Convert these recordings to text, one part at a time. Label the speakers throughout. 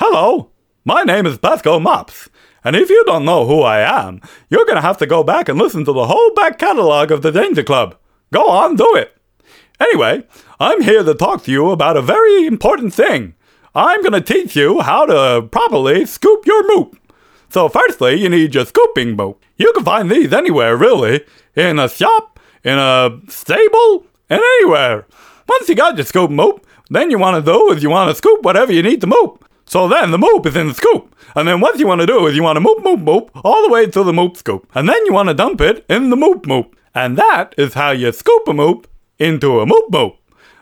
Speaker 1: Hello, my name is Pasco Mops, and if you don't know who I am, you're going to have to go back and listen to the whole back catalog of the Danger Club. Go on, do it. Anyway, I'm here to talk to you about a very important thing. I'm going to teach you how to properly scoop your moop. So, firstly, you need your scooping moop. You can find these anywhere, really in a shop, in a stable, and anywhere. Once you got your scoop moop, then you want to do is you want to scoop whatever you need to moop. So then the moop is in the scoop. And then what you want to do is you want to moop, moop, moop all the way to the moop scoop. And then you want to dump it in the moop moop. And that is how you scoop a moop into a moop moop.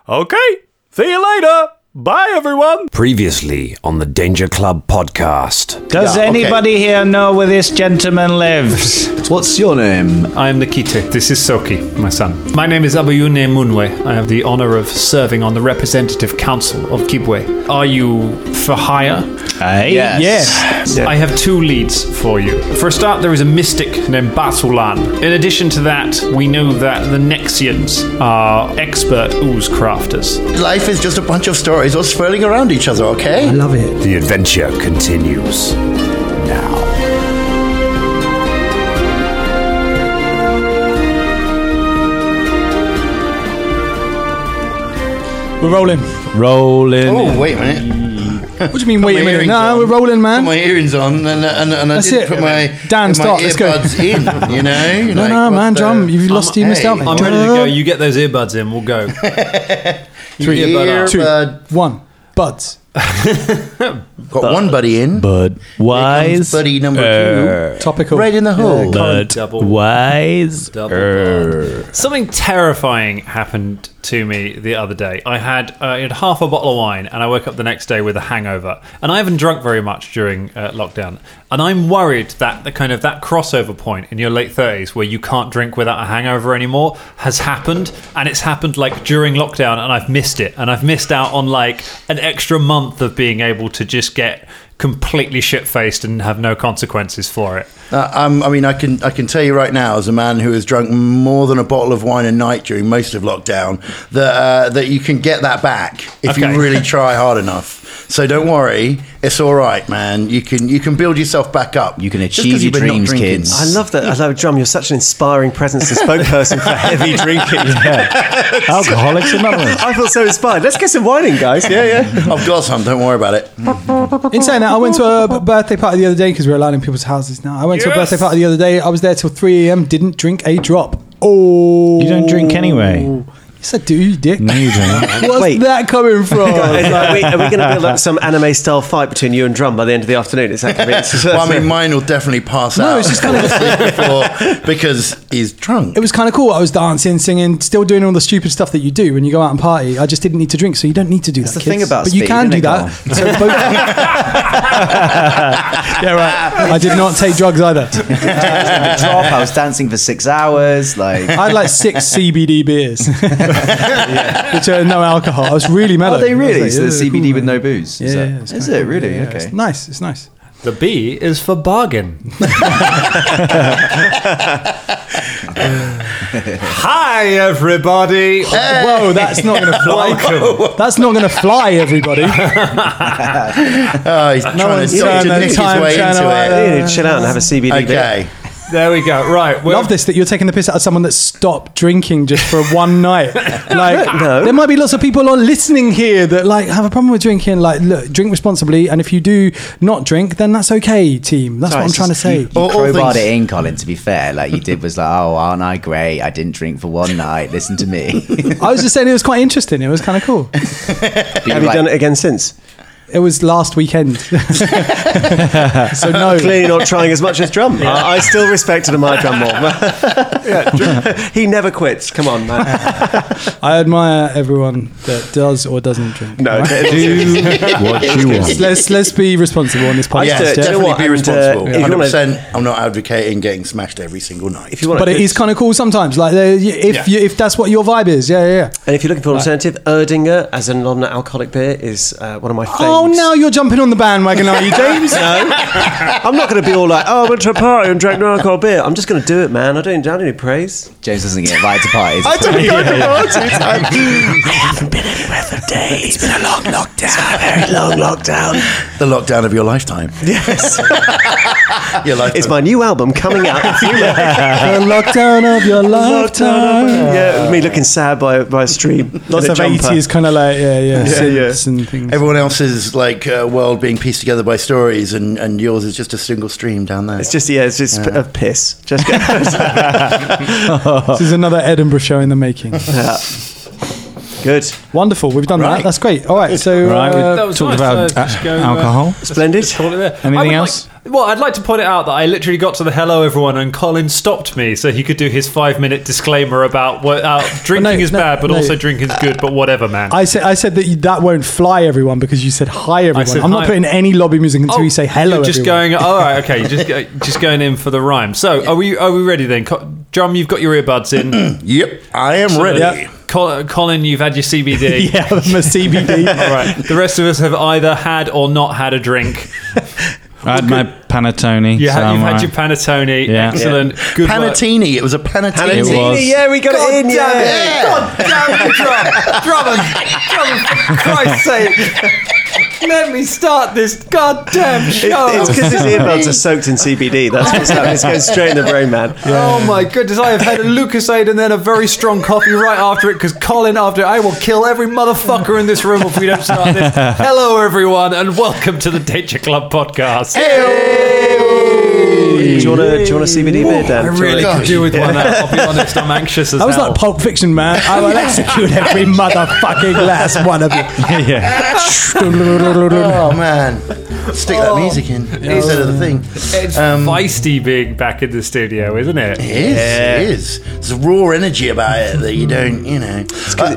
Speaker 1: Okay, see you later. Bye, everyone.
Speaker 2: Previously on the Danger Club podcast.
Speaker 3: Does
Speaker 4: Yeah, okay.
Speaker 3: anybody here know where this gentleman lives?
Speaker 4: What's your name?
Speaker 5: I am Nikita. This is Soki, my son. My name is Abayune Munwe. I have the honor of serving on the representative council of Kibwe. Are you for hire?
Speaker 3: Hey,
Speaker 4: Yes.
Speaker 5: I have two leads for you. For a start, there is a mystic named Basulan. In addition to that, we know that the Nexians are expert ooze crafters.
Speaker 4: Life is just a bunch of stories all swirling around each other, okay?
Speaker 6: Love it.
Speaker 2: The adventure continues now.
Speaker 6: We're rolling. Rolling.
Speaker 4: Oh, wait a minute.
Speaker 6: What do you mean, wait
Speaker 4: my
Speaker 6: a minute?
Speaker 4: earrings
Speaker 6: No,
Speaker 4: on.
Speaker 6: we're rolling,
Speaker 4: Put
Speaker 6: man.
Speaker 4: my earrings on and, uh, and, and I
Speaker 6: That's
Speaker 4: didn't
Speaker 6: it.
Speaker 4: put my,
Speaker 6: Dan,
Speaker 4: my
Speaker 6: start, let's go.
Speaker 4: earbuds in, you know?
Speaker 6: No,
Speaker 4: Like,
Speaker 6: no,
Speaker 4: what
Speaker 6: man,
Speaker 4: the-
Speaker 6: John, you've lost, you missed
Speaker 4: hey,
Speaker 6: out. man.
Speaker 7: I'm ready to go. You get those earbuds in. We'll go.
Speaker 4: Three
Speaker 7: earbud
Speaker 6: Two,
Speaker 4: earbud.
Speaker 6: one, buds.
Speaker 4: Got one buddy in.
Speaker 8: Bud
Speaker 4: Comes
Speaker 8: wise.
Speaker 4: buddy number two.
Speaker 6: Topical.
Speaker 4: Right in the hole.
Speaker 8: Bud
Speaker 7: Double.
Speaker 8: wise.
Speaker 7: Double bud.
Speaker 5: Something terrifying happened to me the other day. I had uh, I had half a bottle of wine, and I woke up the next day with a hangover. And I haven't drunk very much during uh, lockdown, and I'm worried that the kind of that crossover point in your late thirties where you can't drink without a hangover anymore has happened, and it's happened like during lockdown, and I've missed it, and I've missed out on like an extra month of being able to just get completely shit faced and have no consequences for it.
Speaker 4: Uh, um, I mean, I can I can tell you right now, as a man who has drunk more than a bottle of wine a night during most of lockdown, that uh, that you can get that back if
Speaker 5: Okay.
Speaker 4: you really try hard enough. So don't worry, it's all right, man. You can you can build yourself back up.
Speaker 9: You can
Speaker 4: Just
Speaker 9: achieve
Speaker 4: 'cause you've
Speaker 9: your
Speaker 4: been not
Speaker 9: dreams,
Speaker 4: drinking.
Speaker 9: kids.
Speaker 10: I love that. I love Drum. You're such an inspiring presence and spokesperson for heavy drinking.
Speaker 6: Alcoholics Anonymous.
Speaker 10: I feel so inspired. Let's get some wine in, guys.
Speaker 4: Yeah, yeah. I've got some. Don't worry about it.
Speaker 6: In saying that, I went to a b- birthday party the other day because we're allowed in people's houses now. I went to a birthday party the other day. I was there till 3 a.m., didn't drink a drop. Oh.
Speaker 8: You don't drink anyway.
Speaker 6: Yes, I do, you dick.
Speaker 8: You don't.
Speaker 6: Where's
Speaker 10: Wait.
Speaker 6: that coming from?
Speaker 10: It's like, Oh, are we, are we going to build up some anime style fight between you and Drum by the end of the afternoon? It's that convincing.
Speaker 4: Well, I mean, mine will definitely pass out.
Speaker 6: it's just kind of-
Speaker 4: or sleep before because he's drunk.
Speaker 6: it was kind of cool. I was dancing, singing, still doing all the stupid stuff that you do when you go out and party. I just didn't need to drink, so you don't need to do
Speaker 9: That's
Speaker 6: that.
Speaker 9: the thing
Speaker 6: kids.
Speaker 9: about
Speaker 6: but you
Speaker 9: speed,
Speaker 6: can
Speaker 9: isn't
Speaker 6: do
Speaker 9: it,
Speaker 6: that. So both- yeah, right. I did not take drugs either.
Speaker 9: I drop. I was dancing for six hours. Like,
Speaker 6: I had like six CBD beers, which are no alcohol. I was really mellow.
Speaker 9: are they
Speaker 6: I was
Speaker 9: really?
Speaker 6: like,
Speaker 9: So
Speaker 6: "Ooh."
Speaker 9: the CBD with no booze.
Speaker 6: Yeah,
Speaker 9: Is,
Speaker 6: yeah, it's
Speaker 9: that, is
Speaker 6: kinda
Speaker 9: it
Speaker 6: cool.
Speaker 9: really?
Speaker 6: Yeah, yeah,
Speaker 9: okay.
Speaker 6: It's nice. It's nice.
Speaker 7: The B is for bargain.
Speaker 3: Hi, everybody.
Speaker 6: Whoa, that's not going to fly. that's not going to fly, everybody. No
Speaker 4: Oh, he's trying
Speaker 6: one's
Speaker 4: to, trying
Speaker 6: turned
Speaker 4: to
Speaker 6: a
Speaker 4: nick his
Speaker 6: time
Speaker 4: way
Speaker 6: channel uh,
Speaker 4: into it.
Speaker 6: either.
Speaker 10: Really, chill out and have a CBD. beer.
Speaker 4: Okay.
Speaker 3: There we go. Right. Well,
Speaker 6: Love this that you're taking the piss out of someone that stopped drinking just for one night. Like,
Speaker 10: no.
Speaker 6: there might be lots of people on listening here that like have a problem with drinking. Like, look, drink responsibly, and if you do not drink, then that's okay, team. That's what I'm trying to say.
Speaker 9: You, you
Speaker 4: All- all
Speaker 9: crowbarred
Speaker 4: things-
Speaker 9: it in, Colin. To be fair, like you did was like, oh, aren't I great? I didn't drink for one night. Listen to me.
Speaker 6: I was just saying it was quite interesting. It was kind of cool.
Speaker 10: Have you done it again since?
Speaker 6: It was last weekend. so no.
Speaker 10: Clearly not trying as much as Drum. I, I still respected my Drum more. he never quits. Come on, man.
Speaker 6: I admire everyone that does or doesn't drink.
Speaker 10: No,
Speaker 8: Do what you want.
Speaker 6: Let's let's be responsible on this podcast.
Speaker 4: Yeah,
Speaker 10: do you know
Speaker 4: definitely
Speaker 10: what,
Speaker 4: be
Speaker 10: and, uh,
Speaker 4: responsible.
Speaker 10: if you wanna-
Speaker 4: 100%. I'm not advocating getting smashed every single night.
Speaker 10: if you want,
Speaker 6: But it is kind of cool sometimes. Like there- if
Speaker 4: Yeah.
Speaker 6: you, if that's what your vibe is, yeah, yeah. yeah.
Speaker 10: And if you're looking for an alternative, Erdinger as a non-alcoholic beer is uh, one of my favorites.
Speaker 6: Oh, now you're jumping on the bandwagon, are you, James?
Speaker 10: I'm not going to be all like, oh, I went to a party and drank no alcohol beer. I'm just going to do it, man. I don't, I don't need praise.
Speaker 9: James doesn't get invited to parties.
Speaker 10: I don't go to parties.
Speaker 9: I haven't been anywhere for days. It's been a long lockdown. Very long lockdown.
Speaker 4: The lockdown of your lifetime.
Speaker 10: Yes.
Speaker 4: Your lifetime.
Speaker 10: It's my new album coming out. in a few months.
Speaker 6: The lockdown of your lifetime.
Speaker 10: yeah, me looking sad by, by a stream.
Speaker 6: Lots
Speaker 10: in a
Speaker 6: of
Speaker 10: jumper.
Speaker 6: 80s kind of like, yeah, yeah,
Speaker 10: Yeah,
Speaker 6: synths and things.
Speaker 4: Everyone else's like uh, world being pieced together by stories, and, and yours is just a single stream down there.
Speaker 10: It's just yeah, it's just a piss. Just go-
Speaker 6: This is another Edinburgh show in the making.
Speaker 10: Yeah. good,
Speaker 6: Wonderful. We've done
Speaker 4: Right.
Speaker 6: that. That's great. All right. So,
Speaker 8: Right, we
Speaker 6: uh,
Speaker 5: That was
Speaker 8: talked
Speaker 5: nice. Uh,
Speaker 8: about
Speaker 5: just
Speaker 8: a-
Speaker 5: go, uh,
Speaker 8: alcohol.
Speaker 10: splendid.
Speaker 5: Call it there.
Speaker 8: Anything
Speaker 5: I would
Speaker 8: else?
Speaker 5: like- well, I'd like to point it out that I literally got to the hello everyone, and Colin stopped me so he could do his five minute disclaimer about what uh, drinking
Speaker 6: No,
Speaker 5: is
Speaker 6: no,
Speaker 5: bad, but
Speaker 6: no.
Speaker 5: also drinking's good. But whatever, man.
Speaker 6: I said I said that you, that won't fly everyone because you said hi everyone.
Speaker 5: said
Speaker 6: I'm not
Speaker 5: hi.
Speaker 6: putting any lobby music until you say hello.
Speaker 5: Oh, You're just
Speaker 6: everyone.
Speaker 5: going. All right, okay. You're just go- just going in for the rhyme. So are we? Are we ready then? Co- Drum, you've got your earbuds in.
Speaker 4: yep, I am ready.
Speaker 5: Col- Colin, you've had your CBD.
Speaker 6: Yeah, I'm a CBD.
Speaker 5: All right. The rest of us have either had or not had a drink.
Speaker 8: I had my panettone.
Speaker 5: You
Speaker 8: so
Speaker 5: have,
Speaker 8: I'm
Speaker 5: you've had
Speaker 8: alright.
Speaker 5: your panettone.
Speaker 8: Yeah.
Speaker 5: Excellent. Good work.
Speaker 4: Panettone. It was a panettone.
Speaker 8: It
Speaker 10: Tini,
Speaker 8: was.
Speaker 10: Yeah, we got it in. Yeah.
Speaker 5: Oh,
Speaker 4: Yeah.
Speaker 5: Damn it, Drum! Drummond! Drummond, for Christ's sake! Let me start this goddamn
Speaker 10: It-
Speaker 5: show!
Speaker 10: it's because his earbuds are soaked in CBD. That's what's happening. It's going straight in the brain, man.
Speaker 5: Oh my goodness, I have had a Lucasade and then a very strong coffee right after it because Colin, after it, I will kill every motherfucker in this room if we don't start this. Hello, everyone, and welcome to the Danger Club podcast.
Speaker 10: Do you want a do you want a CBD beer, Dan?
Speaker 5: I
Speaker 10: Do you
Speaker 5: really
Speaker 10: wanna-
Speaker 5: could do with one. I'll be honest, I'm anxious as
Speaker 6: I was
Speaker 5: hell.
Speaker 6: like Pulp Fiction, man. I will execute every motherfucking last one of you.
Speaker 8: yeah.
Speaker 4: Oh man, stick that music in instead of the thing.
Speaker 5: it's feisty being back in the studio, isn't it?
Speaker 4: It is. It is. There's a raw energy about it that you don't, you know. Uh,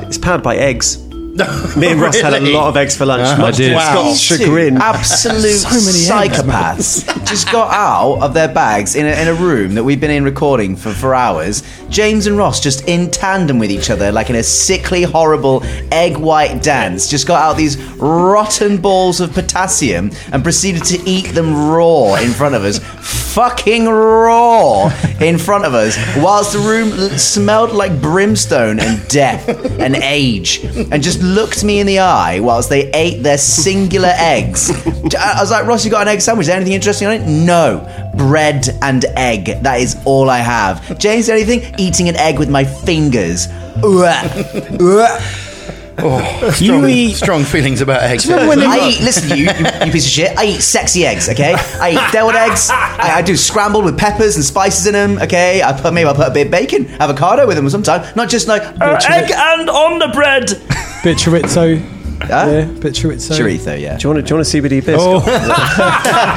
Speaker 4: It's
Speaker 10: It's powered by eggs. Me and Ross had a lot of eggs for lunch.
Speaker 8: I did.
Speaker 10: Wow. Chagrin.
Speaker 9: Absolute psychopaths just got out of their bags in a, in a room that we've been in recording for, for hours. James and Ross just in tandem with each other, like in a sickly, horrible egg white dance, just got out these rotten balls of potassium and proceeded to eat them raw in front of us. Fucking raw in front of us, whilst the room l- smelled like brimstone and death and age, and just looked me in the eye whilst they ate their singular eggs. I I was like, Ross, you got an egg sandwich? Is there anything interesting on it? No. Bread and egg. That is all I have. James, anything? Eating an egg with my fingers. Ugh. Ugh.
Speaker 4: strong, strong feelings about eggs.
Speaker 9: I eat, listen, you, you, you piece of shit. I eat sexy eggs, okay? I eat deviled eggs. I, I do scrambled with peppers and spices in them, okay? I put maybe I put a bit of bacon, avocado with them sometimes. Not just like uh, egg and on the bread.
Speaker 6: Bit chorizo. Yeah,
Speaker 9: Huh?
Speaker 6: bit chorizo.
Speaker 9: Chorizo, yeah.
Speaker 10: Do you want a, do you want a CBD beer? Scott?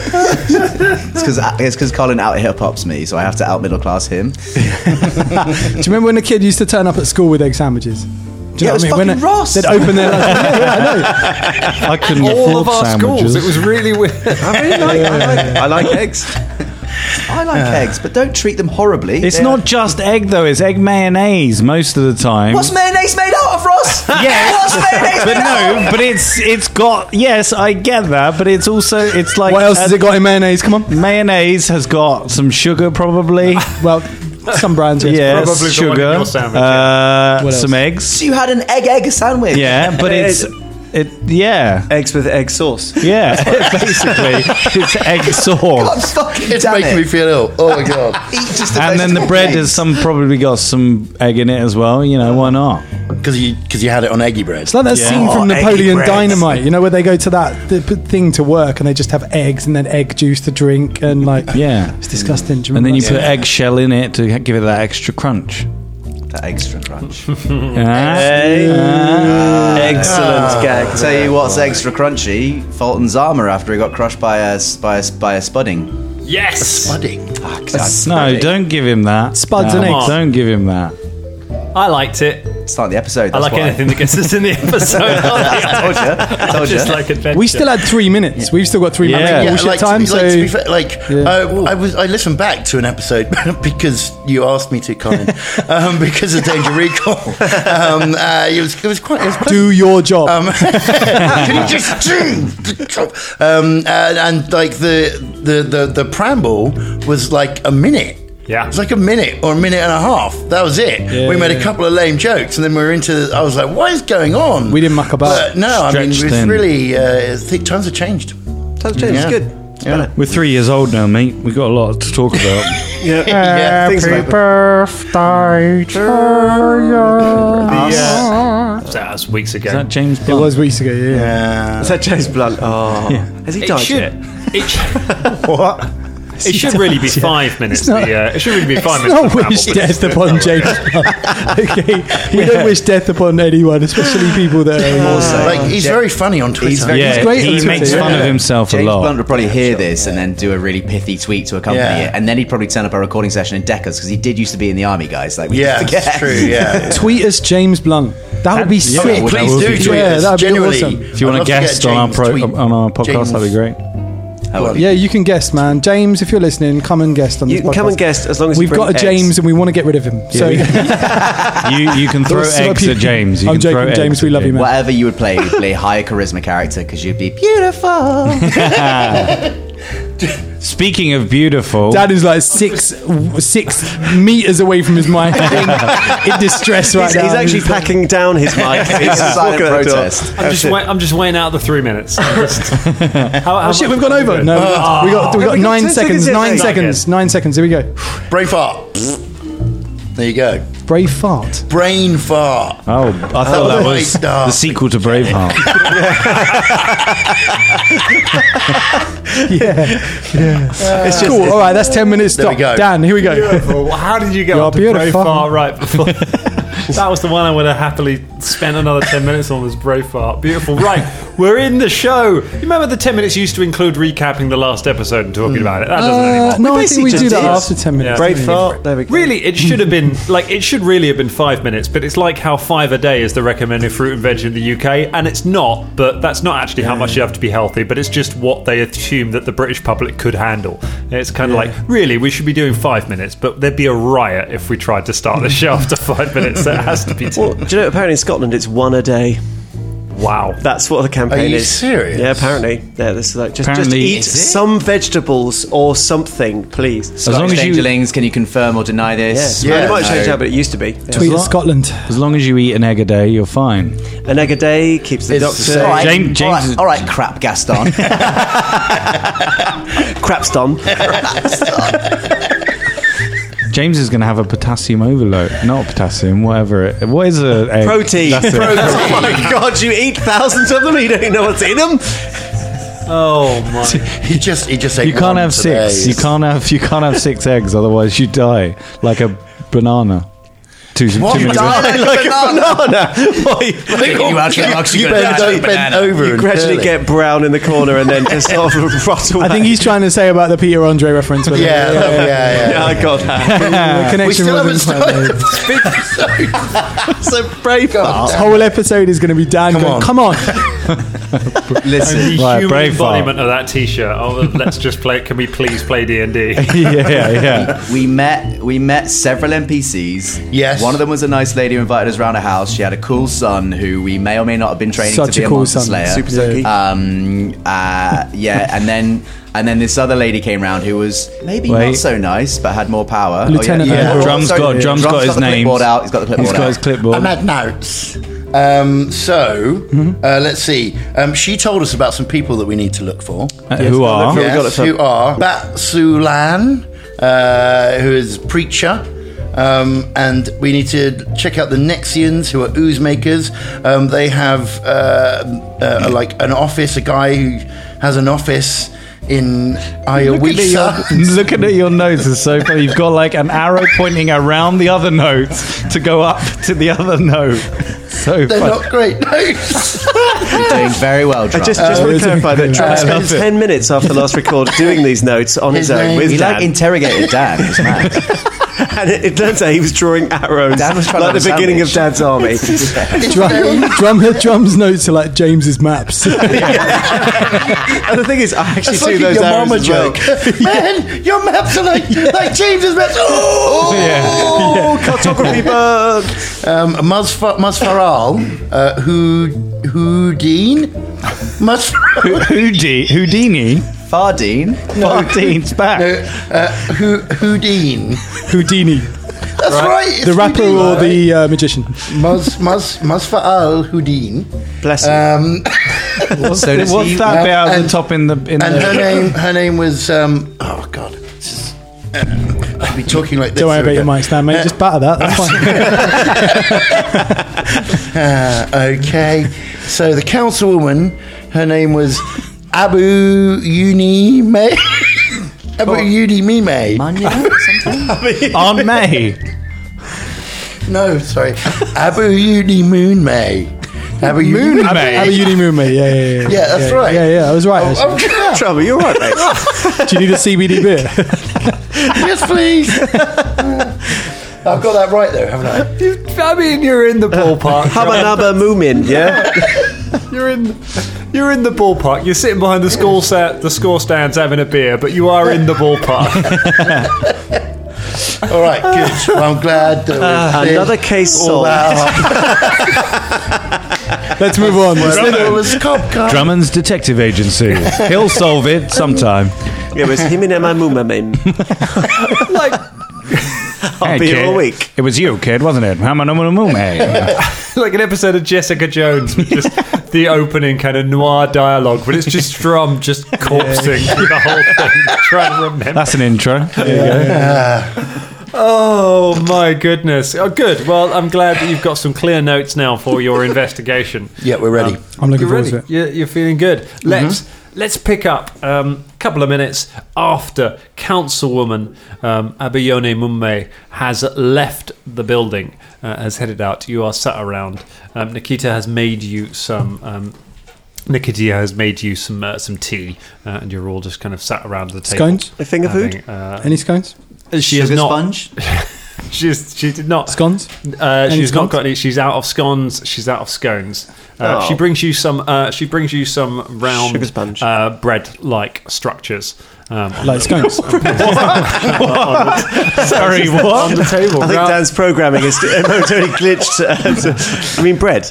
Speaker 9: It's because it's because Colin out hip hops me, so I have to out middle class him.
Speaker 6: Do you remember when a kid used to turn up at school with egg sandwiches? Do you
Speaker 9: Yeah,
Speaker 6: know
Speaker 9: it was
Speaker 6: what I mean? When
Speaker 9: fucking Ross.
Speaker 6: They'd open their lunch.
Speaker 8: I couldn't
Speaker 5: All
Speaker 8: afford
Speaker 5: of our
Speaker 8: sandwiches.
Speaker 5: schools. It was really weird.
Speaker 9: I really like, I like,
Speaker 10: I like eggs.
Speaker 9: I like eggs, but don't treat them horribly.
Speaker 8: it's
Speaker 9: They're-
Speaker 8: not just egg though. It's egg mayonnaise most of the time.
Speaker 9: What's mayonnaise made out of, Ross?
Speaker 8: Yeah.
Speaker 9: What's mayonnaise
Speaker 8: but
Speaker 9: made out of?
Speaker 8: no, but it's it's got yes, I get that, but it's also it's like
Speaker 6: What else
Speaker 8: uh,
Speaker 6: has it got in mayonnaise? Come on.
Speaker 8: Mayonnaise has got some sugar probably.
Speaker 6: Well, some brands. Yes.
Speaker 8: yes,
Speaker 5: probably the one in
Speaker 8: sugar.
Speaker 5: your sandwich,
Speaker 8: uh,
Speaker 6: What else?
Speaker 8: some eggs.
Speaker 9: So you had an egg egg sandwich.
Speaker 8: Yeah, but it's it yeah.
Speaker 10: Eggs with egg sauce.
Speaker 8: Yeah, basically it's egg
Speaker 9: God
Speaker 8: sauce.
Speaker 9: fucking
Speaker 4: It's
Speaker 9: damn
Speaker 4: making
Speaker 9: it.
Speaker 4: me feel ill. Oh my god.
Speaker 9: Eat just a
Speaker 8: And then the
Speaker 9: vegetable
Speaker 8: bread
Speaker 9: cake.
Speaker 8: has some probably got some egg in it as well. You know why not?
Speaker 4: Because you because you had it on eggy bread.
Speaker 6: It's like that
Speaker 8: Yeah.
Speaker 6: scene from
Speaker 9: Oh, eggy
Speaker 6: Napoleon
Speaker 9: breads.
Speaker 6: Dynamite, you know, where they go to that th- p- thing to work and they just have eggs and then egg juice to drink and like,
Speaker 8: Yeah,
Speaker 6: it's disgusting. Do you
Speaker 8: and then
Speaker 6: remember
Speaker 8: you
Speaker 6: that?
Speaker 8: put eggshell in it to give it that extra crunch.
Speaker 9: That extra crunch.
Speaker 8: Hey. Ah.
Speaker 10: Excellent
Speaker 5: Ah.
Speaker 10: gag.
Speaker 9: Tell you what's extra crunchy, Fulton's armour after he got crushed by a, by a, by a spudding.
Speaker 5: yes!
Speaker 4: Budding.
Speaker 9: Ah, God,
Speaker 8: No, don't give him that.
Speaker 6: Spuds
Speaker 8: no,
Speaker 6: and eggs.
Speaker 8: Don't give him that.
Speaker 5: I liked it.
Speaker 9: Start the episode.
Speaker 5: I
Speaker 9: that's
Speaker 5: like
Speaker 9: why.
Speaker 5: anything that gets us in the episode. I
Speaker 9: Told you. Told you.
Speaker 5: just like adventure.
Speaker 6: we still had three minutes. We've still got three minutes.
Speaker 8: Yeah.
Speaker 6: of
Speaker 8: Yeah,
Speaker 6: bullshit
Speaker 4: like,
Speaker 6: time.
Speaker 4: to be, like, to be
Speaker 6: so
Speaker 4: fair, like I, I was, I listened back to an episode because you asked me to, Colin, um, because of Danger Recall. Um, uh, it was, it was quite, it was quite
Speaker 6: do your job.
Speaker 4: Um, can you just do the job? Um, and, and like the, the the the preamble was like a minute.
Speaker 5: Yeah. It
Speaker 4: was like a minute or a minute and a half. That was it. we made a couple of lame jokes and then we were into, I was like, what is going on? We
Speaker 6: didn't muck about.
Speaker 4: But no, I mean, it's
Speaker 11: Stretched thin.
Speaker 4: really, uh, th- times have changed.
Speaker 10: Times
Speaker 11: changed, it's good.
Speaker 4: Yeah.
Speaker 11: We're three years old now, mate. We've got a lot to talk about.
Speaker 10: Yeah.
Speaker 4: things
Speaker 8: Happy
Speaker 4: like-
Speaker 8: birthday to you.
Speaker 5: Yeah. That was weeks ago.
Speaker 11: that James
Speaker 6: It was weeks ago, yeah.
Speaker 10: Is that James Blunt? Oh, has he
Speaker 5: It
Speaker 10: died
Speaker 5: should-
Speaker 10: yet?
Speaker 5: It should,
Speaker 10: What?
Speaker 5: it should really be five minutes.
Speaker 6: not-
Speaker 5: the, uh, it should really be five
Speaker 6: It's
Speaker 5: minutes.
Speaker 6: not
Speaker 5: of
Speaker 6: wish
Speaker 5: babble, but it's-
Speaker 6: death upon James Blunt. okay, we don't wish death upon anyone, especially people that are
Speaker 9: Also,
Speaker 4: Like, he's
Speaker 9: Ja-
Speaker 4: very funny on Twitter.
Speaker 9: He's very
Speaker 11: Yeah,
Speaker 9: he's
Speaker 6: great
Speaker 11: he
Speaker 6: at
Speaker 11: makes
Speaker 6: Twitter,
Speaker 11: fun
Speaker 6: yeah.
Speaker 11: of himself
Speaker 9: James
Speaker 11: a lot.
Speaker 9: Blunt would probably hear this and then do a really pithy tweet to accompany
Speaker 4: Yeah.
Speaker 9: it, and then he'd probably turn up a recording session in Deckers because he did used to be in the army, guys. Like, we
Speaker 4: yeah,
Speaker 9: forget.
Speaker 4: it's true. Yeah.
Speaker 6: Tweet us James Blunt. That would be
Speaker 11: yeah,
Speaker 6: sick.
Speaker 11: well, that
Speaker 4: Please
Speaker 11: would
Speaker 4: do
Speaker 11: be
Speaker 4: tweet
Speaker 6: Yeah,
Speaker 4: us.
Speaker 6: that'd be
Speaker 4: Generally,
Speaker 6: awesome.
Speaker 11: If you want to guest on our pro- on our podcast, that'd be great.
Speaker 9: That would be-
Speaker 6: Yeah, you can guest, man. James, if you're listening, come and guest on
Speaker 10: You
Speaker 6: this
Speaker 10: can come
Speaker 6: podcast.
Speaker 10: and guest as long as you
Speaker 6: We've
Speaker 10: bring
Speaker 6: got a
Speaker 10: eggs.
Speaker 6: James and we want to get rid of him. So
Speaker 11: You you can throw
Speaker 6: Those sort of
Speaker 11: eggs at
Speaker 6: people-
Speaker 11: James. You
Speaker 6: I'm
Speaker 11: can
Speaker 6: joking,
Speaker 11: throw eggs
Speaker 6: James,
Speaker 11: at
Speaker 6: we love you,
Speaker 11: James.
Speaker 6: man.
Speaker 9: Whatever you would play, you'd play a higher charisma character because you'd be beautiful.
Speaker 11: Speaking of beautiful,
Speaker 6: Dad is like six six meters away from his mic in, in distress right um,
Speaker 10: He's,
Speaker 6: now.
Speaker 10: he's actually
Speaker 6: like-
Speaker 10: packing down his mic. He's
Speaker 9: a silent
Speaker 10: walking out the door.
Speaker 9: protest.
Speaker 5: I'm just, wait, I'm just weighing out the three minutes. I'm just- how, how
Speaker 6: Oh, shit,
Speaker 5: much
Speaker 6: we've gone
Speaker 5: are we
Speaker 6: over.
Speaker 5: doing?
Speaker 6: No, we got we got
Speaker 10: we got
Speaker 6: nine
Speaker 10: ten
Speaker 6: seconds.
Speaker 10: seconds in,
Speaker 6: Nine
Speaker 10: mate.
Speaker 6: seconds. Nine seconds. Here we go.
Speaker 4: Brain fart. There you go.
Speaker 6: Brave fart.
Speaker 4: Brain fart.
Speaker 11: Oh, I thought
Speaker 4: Oh
Speaker 11: that
Speaker 4: my
Speaker 11: was
Speaker 4: God.
Speaker 11: the sequel to Braveheart.
Speaker 6: It's cool. All right, that's ten minutes.
Speaker 4: There we
Speaker 6: Stop.
Speaker 4: go.
Speaker 6: Dan, here we go.
Speaker 5: Well, how did you get
Speaker 6: You're
Speaker 5: on to
Speaker 6: beautiful.
Speaker 5: Braveheart right before? that was the one I would have happily spent another 10 minutes on was Braveheart. Beautiful. Right, we're in the show. You remember the 10 minutes used to include recapping the last episode and talking about it? That doesn't
Speaker 6: Uh,
Speaker 5: anymore.
Speaker 6: no, I think
Speaker 10: basically
Speaker 6: we do
Speaker 10: just
Speaker 6: that
Speaker 10: did.
Speaker 6: after ten minutes.
Speaker 5: Yeah.
Speaker 10: Brave fart. There we go.
Speaker 5: Really, it should have been like it should really have been five minutes, but it's like how five a day is the recommended fruit and veg in the UK, and it's not. But that's not actually how much you have to be healthy, but it's just what they assume that the British public could handle. And It's kind of like really we should be doing five minutes, but there'd be a riot if we tried to start the show after five minutes. So it has to be
Speaker 10: Well,
Speaker 5: two.
Speaker 10: do you know? Apparently, in Scotland, it's one a day.
Speaker 5: wow.
Speaker 10: That's what the campaign
Speaker 4: Are you
Speaker 10: is.
Speaker 4: serious?
Speaker 10: Yeah, apparently. Yeah, this is like just, just
Speaker 11: Apparently-
Speaker 10: eat
Speaker 11: Is it?
Speaker 10: some vegetables or something, please.
Speaker 11: As long
Speaker 9: Scottish
Speaker 11: as you-
Speaker 9: Dangerlings, can you confirm or deny
Speaker 10: yeah,
Speaker 9: this?
Speaker 10: it
Speaker 4: Yeah,
Speaker 10: might change
Speaker 9: no.
Speaker 10: now, but it used to be. Yeah.
Speaker 6: Tweet at Scotland.
Speaker 11: As long as you eat an egg a day, you're fine.
Speaker 10: An egg a day keeps the
Speaker 4: It's
Speaker 10: doctor
Speaker 4: the
Speaker 9: All right,
Speaker 11: James-
Speaker 9: all right,
Speaker 11: James-
Speaker 9: all right, crap, Gaston.
Speaker 10: craps on.
Speaker 11: James is going to have a potassium overload. Not potassium, whatever. It, what is a egg?
Speaker 10: Protein.
Speaker 11: That's it.
Speaker 10: Oh my god, you eat thousands of them, you don't even know what's in them.
Speaker 5: Oh my.
Speaker 4: He just, he just. ate
Speaker 11: You can't
Speaker 4: one
Speaker 11: have
Speaker 4: today.
Speaker 11: six. You can't have you can't have six eggs, otherwise you die like a banana. Too, too
Speaker 4: What?
Speaker 11: many.
Speaker 4: Die?
Speaker 10: Like a banana. Boy,
Speaker 9: you out, get out,
Speaker 4: You
Speaker 9: you
Speaker 4: bend
Speaker 9: got a
Speaker 4: o- bend
Speaker 9: banana.
Speaker 4: over
Speaker 10: you
Speaker 4: and
Speaker 10: gradually
Speaker 4: curl it.
Speaker 10: get brown in the corner and then just sort of rot away.
Speaker 6: I think he's trying to say about the Peter Andre reference.
Speaker 4: Yeah, yeah, yeah. yeah.
Speaker 10: Yeah, I got
Speaker 6: The
Speaker 10: that.
Speaker 4: We
Speaker 6: connection
Speaker 4: still haven't
Speaker 6: wasn't quite
Speaker 4: started.
Speaker 6: made.
Speaker 10: so brave.
Speaker 6: This whole episode is going to be Dan.
Speaker 4: Come
Speaker 6: going,
Speaker 4: on.
Speaker 6: Come on.
Speaker 9: Listen,
Speaker 5: The
Speaker 11: Right,
Speaker 5: human
Speaker 11: Braveheart.
Speaker 5: embodiment of that T-shirt. Oh, let's just play. Can we please play D and D?
Speaker 11: yeah, yeah, yeah.
Speaker 9: we met we met several NPCs.
Speaker 4: Yes.
Speaker 9: One of them was a nice lady who invited us around her house. She had a cool son who we may or may not have been training
Speaker 6: Such
Speaker 9: to be
Speaker 6: a
Speaker 9: a,
Speaker 6: cool
Speaker 9: monster
Speaker 6: son.
Speaker 9: slayer.
Speaker 6: Super
Speaker 10: sucky.
Speaker 9: Um, uh, yeah, and then and then this other lady came round who was maybe
Speaker 11: Wait.
Speaker 9: not so nice but had more power. Oh,
Speaker 6: Lieutenant
Speaker 9: yeah,
Speaker 6: Edward.
Speaker 11: Drum's
Speaker 9: sorry,
Speaker 11: got- Drum's got his
Speaker 9: the
Speaker 11: names.
Speaker 9: clipboard out. He's got the clipboard
Speaker 11: He's got
Speaker 9: out.
Speaker 11: his clipboard.
Speaker 4: I'm at notes. Um, so,
Speaker 11: Mm-hmm.
Speaker 4: uh, let's see. Um, she told us about some people that we need to look for.
Speaker 11: Uh, Who are?
Speaker 10: Yeah. Oh, we got it
Speaker 4: Yes,
Speaker 10: from-
Speaker 4: who are Batsulan, uh, who is preacher. Um, and we need to check out the Nexians, who are ooze makers. Um, they have uh, uh, like an office, a guy who has an office in Iowa.
Speaker 11: Looking at your notes is so funny. You've got like an arrow pointing around the other notes to go up to the other note. So
Speaker 4: They're
Speaker 11: funny.
Speaker 4: not great notes.
Speaker 9: Doing very well. Drum.
Speaker 10: Uh, Just, just want to clarify that Trevor
Speaker 11: I
Speaker 10: spent
Speaker 11: love it.
Speaker 10: 10 minutes after the last record doing these notes on his,
Speaker 4: His
Speaker 10: own
Speaker 4: name-
Speaker 10: with
Speaker 9: he
Speaker 10: Dan.
Speaker 9: like interrogated Dan. It was mad.
Speaker 10: and it, it turns out he was drawing arrows
Speaker 9: Dan was trying to
Speaker 10: like the
Speaker 9: have a
Speaker 10: beginning of
Speaker 9: sandwich.
Speaker 10: Dad's army.
Speaker 6: Drum, drum, drum's notes are like James's maps.
Speaker 10: and the thing is, I actually
Speaker 4: It's
Speaker 10: do
Speaker 4: like
Speaker 10: those
Speaker 4: your
Speaker 10: arrows
Speaker 4: mama
Speaker 10: as well.
Speaker 4: joke. Man, your maps are like, like James's maps. Oh!
Speaker 10: Oh, cartography bug!
Speaker 4: Um, Musfa- Musfaral, uh, who, Houdin? Musfaral.
Speaker 11: Houdi- Houdini.
Speaker 9: Fardeen.
Speaker 4: Fardine's
Speaker 6: back.
Speaker 4: uh, who, Houdin.
Speaker 6: Houdini.
Speaker 4: That's right. it's
Speaker 6: the rapper
Speaker 4: Houdin.
Speaker 6: or the uh, magician?
Speaker 4: Muz, Muz, Muzfa'al Houdin.
Speaker 6: Bless
Speaker 4: you.
Speaker 10: Uh,
Speaker 4: Um,
Speaker 6: What's- So does what's he- that bit out at the top in the- in
Speaker 4: and
Speaker 6: the-
Speaker 4: her name, her name was, um, oh God. This is- um, I'll be talking like this.
Speaker 6: Don't worry
Speaker 4: for a
Speaker 6: about your
Speaker 4: bit.
Speaker 6: mics now,
Speaker 5: Uh,
Speaker 6: mate. Just batter that. That's fine.
Speaker 4: Ah, okay. So the councilwoman, her name was Abu Uni May. Abu Uni Mime.
Speaker 6: On May.
Speaker 4: No, sorry. Abu Uni Moon May. Abu Uni
Speaker 6: Have a uni moon, mate. Yeah, yeah, yeah.
Speaker 4: Yeah, that's right.
Speaker 6: Yeah, yeah, I was right.
Speaker 4: Oh,
Speaker 6: actually.
Speaker 4: okay.
Speaker 10: Trouble, you're right, mate.
Speaker 5: oh.
Speaker 6: Do you need a CBD beer?
Speaker 4: yes, please. I've got that right, though, haven't I?
Speaker 5: I mean, you're in the ballpark.
Speaker 10: Habanaba Moomin, yeah?
Speaker 5: You're in, you're in the ballpark. You're sitting behind the score set, the score stands, having a beer, but you are in the ballpark.
Speaker 4: All right, good. Well, I'm glad that
Speaker 10: Ah,
Speaker 4: we've cleared
Speaker 10: another case
Speaker 4: all
Speaker 10: solved.
Speaker 4: that up.
Speaker 6: Let's move on.
Speaker 4: Drummond's cop car.
Speaker 11: Drummond's Detective Agency. He'll solve it sometime.
Speaker 10: It was him and Emma Mooma, man.
Speaker 5: like,
Speaker 10: I'll
Speaker 11: Hey,
Speaker 10: be here
Speaker 11: kid.
Speaker 10: all week.
Speaker 11: It was you, kid, wasn't it? Hammer number moon, hey.
Speaker 5: like an episode of Jessica Jones with just the opening kind of noir dialogue, but it's just Strum just corpsing through the whole thing, trying to remember.
Speaker 11: That's an intro.
Speaker 5: Oh my goodness! Oh, good. Well, I'm glad that you've got some clear notes now for your investigation.
Speaker 4: Yeah, we're ready.
Speaker 6: I'm looking
Speaker 5: you're
Speaker 6: forward
Speaker 5: ready.
Speaker 6: to it. Mm-hmm.
Speaker 5: You're, you're feeling good. Let's let's pick up a couple of minutes after Councilwoman um, Abione Mumme has left the building, uh, has headed out. You are sat around. Um, Nikita has made you some. Um, Nikita has made you some uh, some tea, uh, and you're all just kind of sat around the table.
Speaker 6: Scones?
Speaker 10: A finger food?
Speaker 5: having, uh,
Speaker 6: Any scones?
Speaker 5: she is
Speaker 9: Sugar
Speaker 5: not.
Speaker 9: sponge.
Speaker 5: She's she did not.
Speaker 6: Scones?
Speaker 5: Uh,
Speaker 6: Any
Speaker 5: she's not
Speaker 6: scones?
Speaker 5: got any. She's out of scones. She's out of scones. Uh,
Speaker 10: Oh.
Speaker 5: She brings you some. Uh, she brings you some round
Speaker 10: Sugar sponge.
Speaker 5: uh, bread-like structures. Um, on
Speaker 6: Like scones.
Speaker 11: Sorry,
Speaker 5: on
Speaker 11: what?
Speaker 5: the table,
Speaker 10: I think
Speaker 5: round-
Speaker 10: Dan's programming is momentarily glitched. uh, I mean, bread.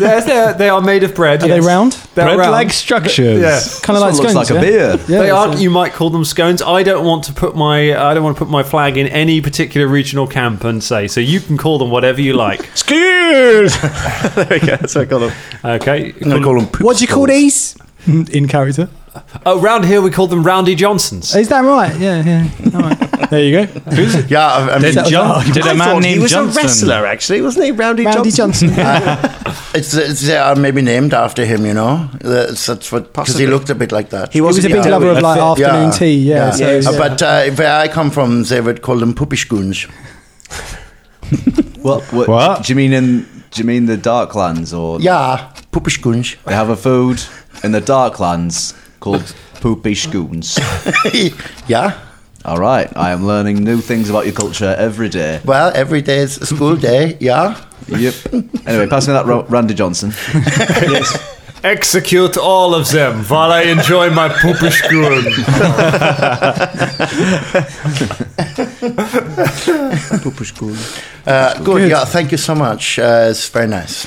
Speaker 5: They're- they're- they are made of bread.
Speaker 6: Are they
Speaker 5: yes.
Speaker 6: round?
Speaker 5: They're
Speaker 11: Red
Speaker 5: round.
Speaker 11: leg structures.
Speaker 5: Yeah.
Speaker 6: Kind of like
Speaker 9: This one
Speaker 6: scones.
Speaker 9: looks like a
Speaker 6: yeah?
Speaker 9: beer.
Speaker 6: Yeah,
Speaker 5: they
Speaker 6: that's
Speaker 5: are. You might call them scones. I don't want to put my. uh, I don't want to put my flag in any particular regional camp and say. So you can call them whatever you like.
Speaker 11: Excuse.
Speaker 10: there we go. That's what I got them.
Speaker 5: Okay.
Speaker 4: I'm going to call them poop
Speaker 6: What do you call
Speaker 4: stalls.
Speaker 6: these? In character.
Speaker 5: Oh, round here we call them roundy Johnsons.
Speaker 6: Is that right? Yeah, yeah. All right. There you go.
Speaker 4: Yeah, I, I mean,
Speaker 6: Did John-
Speaker 11: Did a
Speaker 10: I
Speaker 11: man
Speaker 10: thought
Speaker 11: named
Speaker 10: he was
Speaker 11: Johnson?
Speaker 10: a wrestler, actually, wasn't he? Roundy,
Speaker 6: Randy
Speaker 10: Johnson.
Speaker 6: Johnson.
Speaker 4: it's, it's they are maybe named after him, you know? That's, that's what, because he looked a bit like that.
Speaker 10: He
Speaker 6: He was a big
Speaker 10: Italian.
Speaker 6: lover of like
Speaker 10: I
Speaker 4: Yeah,
Speaker 6: afternoon tea. Yeah. so,
Speaker 4: Uh,
Speaker 6: yeah.
Speaker 4: But uh, where I come from, they would call them puppischgunsch.
Speaker 9: What, what,
Speaker 11: What?
Speaker 9: Do you mean in? Do you mean the Darklands or?
Speaker 4: Yeah, puppischgunsch.
Speaker 9: They have a food in the Darklands called poopy scoons.
Speaker 4: yeah.
Speaker 9: All right, I am learning new things about your culture every day.
Speaker 4: Well, every day is a school day. Yeah.
Speaker 9: Yep. Anyway, pass me that Ro- Randy Johnson.
Speaker 5: Execute all of them while I enjoy my poopish goon.
Speaker 4: Uh, good, Yeah. Thank you so much. Uh, it's very nice.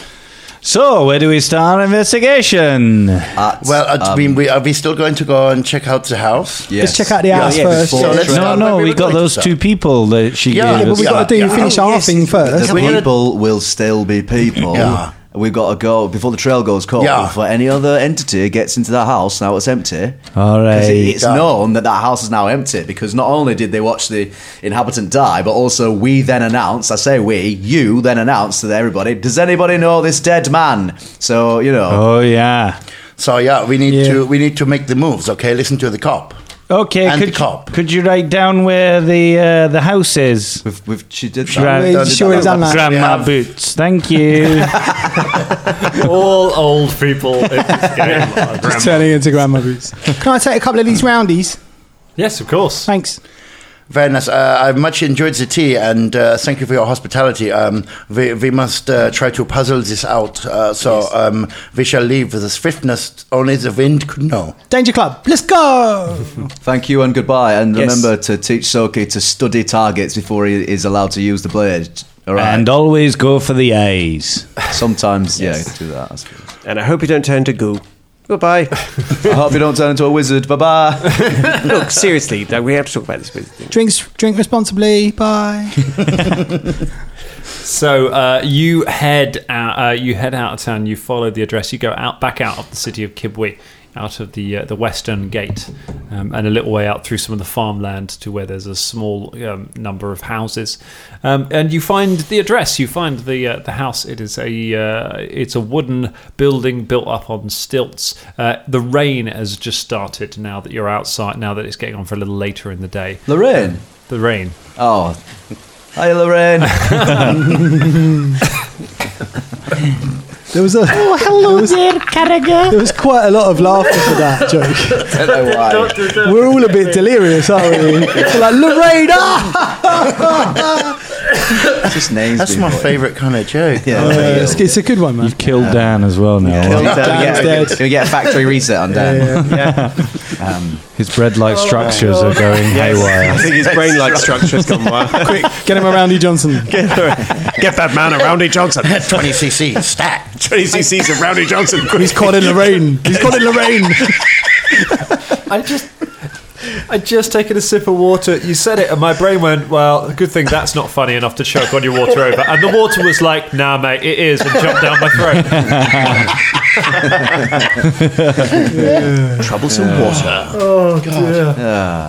Speaker 11: So, where do we start our investigation?
Speaker 9: At,
Speaker 4: Well, I
Speaker 9: um,
Speaker 4: mean, we, are we still going to go and check out the house?
Speaker 9: yes.
Speaker 6: Let's check out the house
Speaker 4: yeah,
Speaker 6: first.
Speaker 4: before-
Speaker 6: Yeah,
Speaker 4: So let's
Speaker 11: no,
Speaker 4: start
Speaker 11: no,
Speaker 4: where we
Speaker 11: we got
Speaker 4: were
Speaker 11: those
Speaker 4: at.
Speaker 11: two people that she
Speaker 4: Yeah,
Speaker 11: gave
Speaker 6: but
Speaker 11: us.
Speaker 6: we got to do
Speaker 4: Yeah.
Speaker 6: finish
Speaker 4: Oh,
Speaker 6: our
Speaker 4: yes,
Speaker 6: thing first.
Speaker 9: The
Speaker 4: We're gonna-
Speaker 9: people will still be people.
Speaker 4: Yeah.
Speaker 9: We've got to go before the trail goes cold.
Speaker 4: Yeah.
Speaker 9: Before any other entity gets into that house, now it's empty.
Speaker 11: All
Speaker 9: 'Cause it-
Speaker 11: right.
Speaker 9: It's known that that house is now empty because not only did they watch the inhabitant die, but also we then announced, I say we, you then announced to everybody, does anybody know this dead man? So, you know.
Speaker 11: Oh yeah.
Speaker 4: So yeah, we need
Speaker 6: Yeah.
Speaker 4: to we need to make the moves. Okay, listen to the cop.
Speaker 11: Okay.
Speaker 4: And
Speaker 11: could
Speaker 4: the cop.
Speaker 11: Could you write down where the uh, the house is?
Speaker 9: We've, we've, she did that.
Speaker 11: Right.
Speaker 6: Wait, she would have done that.
Speaker 11: Grandma
Speaker 4: Yeah.
Speaker 11: boots. Thank you.
Speaker 5: All old people. in this game are grandma.
Speaker 6: Turning into grandma boots. Can I take a couple of these roundies?
Speaker 5: Yes, of course.
Speaker 6: Thanks.
Speaker 4: Very nice. Uh, I've much enjoyed the tea, and uh, thank you for your hospitality. Um, we we must uh, try to puzzle this out. Uh, so um, we shall leave with a swiftness only the wind could know.
Speaker 6: Danger Club, let's go!
Speaker 9: Thank you and goodbye. And remember to teach Soki to study targets before he is allowed to use the blade. All right.
Speaker 11: And always go for the A's.
Speaker 9: sometimes, yeah, do that. I suppose.
Speaker 10: And I hope you don't turn to goo. Goodbye.
Speaker 9: I hope you don't turn into a wizard. Bye bye.
Speaker 10: Look, seriously, though, we have to talk about this wizard thing.
Speaker 6: Drinks, drink responsibly. Bye.
Speaker 11: So uh, you head out, uh, you head out of town. You follow the address. You go out back out of the city of Kibwe, out of the uh, the western gate, um, and a little way out through some of the farmland to where there's a small um, number of houses, um, and you find the address. You find the uh, the house. It is a uh, it's a wooden building built up on stilts. Uh, the rain has just started now that you're outside. Now that it's getting on for a little later in the day.
Speaker 9: Lorraine.
Speaker 11: The rain.
Speaker 9: Oh. Hi, Lorraine.
Speaker 6: There was a
Speaker 12: Oh, hello there,
Speaker 6: there
Speaker 12: Carragher.
Speaker 6: was quite a lot of laughter for that joke.
Speaker 9: don't know why.
Speaker 6: We're all a bit delirious, aren't we? We're like Lorraine. ah!
Speaker 9: It's just names.
Speaker 4: That's
Speaker 9: being
Speaker 4: my
Speaker 9: put in.
Speaker 4: favourite kind of joke.
Speaker 9: Yeah.
Speaker 6: Uh, it's, it's a good one, man.
Speaker 1: You've killed Dan as well now.
Speaker 9: He'll get- he'll
Speaker 6: Dan's
Speaker 9: get-
Speaker 6: dead.
Speaker 9: he'll get a factory reset on Dan.
Speaker 1: His bread like
Speaker 9: Oh,
Speaker 1: structures are going haywire.
Speaker 10: I think his brain like structure has gone wild. Quick,
Speaker 6: Get him around, E. Johnson.
Speaker 10: get that man a Roundy Johnson.
Speaker 4: 20cc, stat.
Speaker 10: 20 cc's of Roundy Johnson.
Speaker 6: He's caught in Lorraine. He's caught in Lorraine.
Speaker 5: I just. I just taken a sip of water. You said it, and my brain went, "Well, good thing that's not funny enough to choke on your water over." And the water was like, "Nah, mate, it is," and jumped down my throat.
Speaker 9: Troublesome water.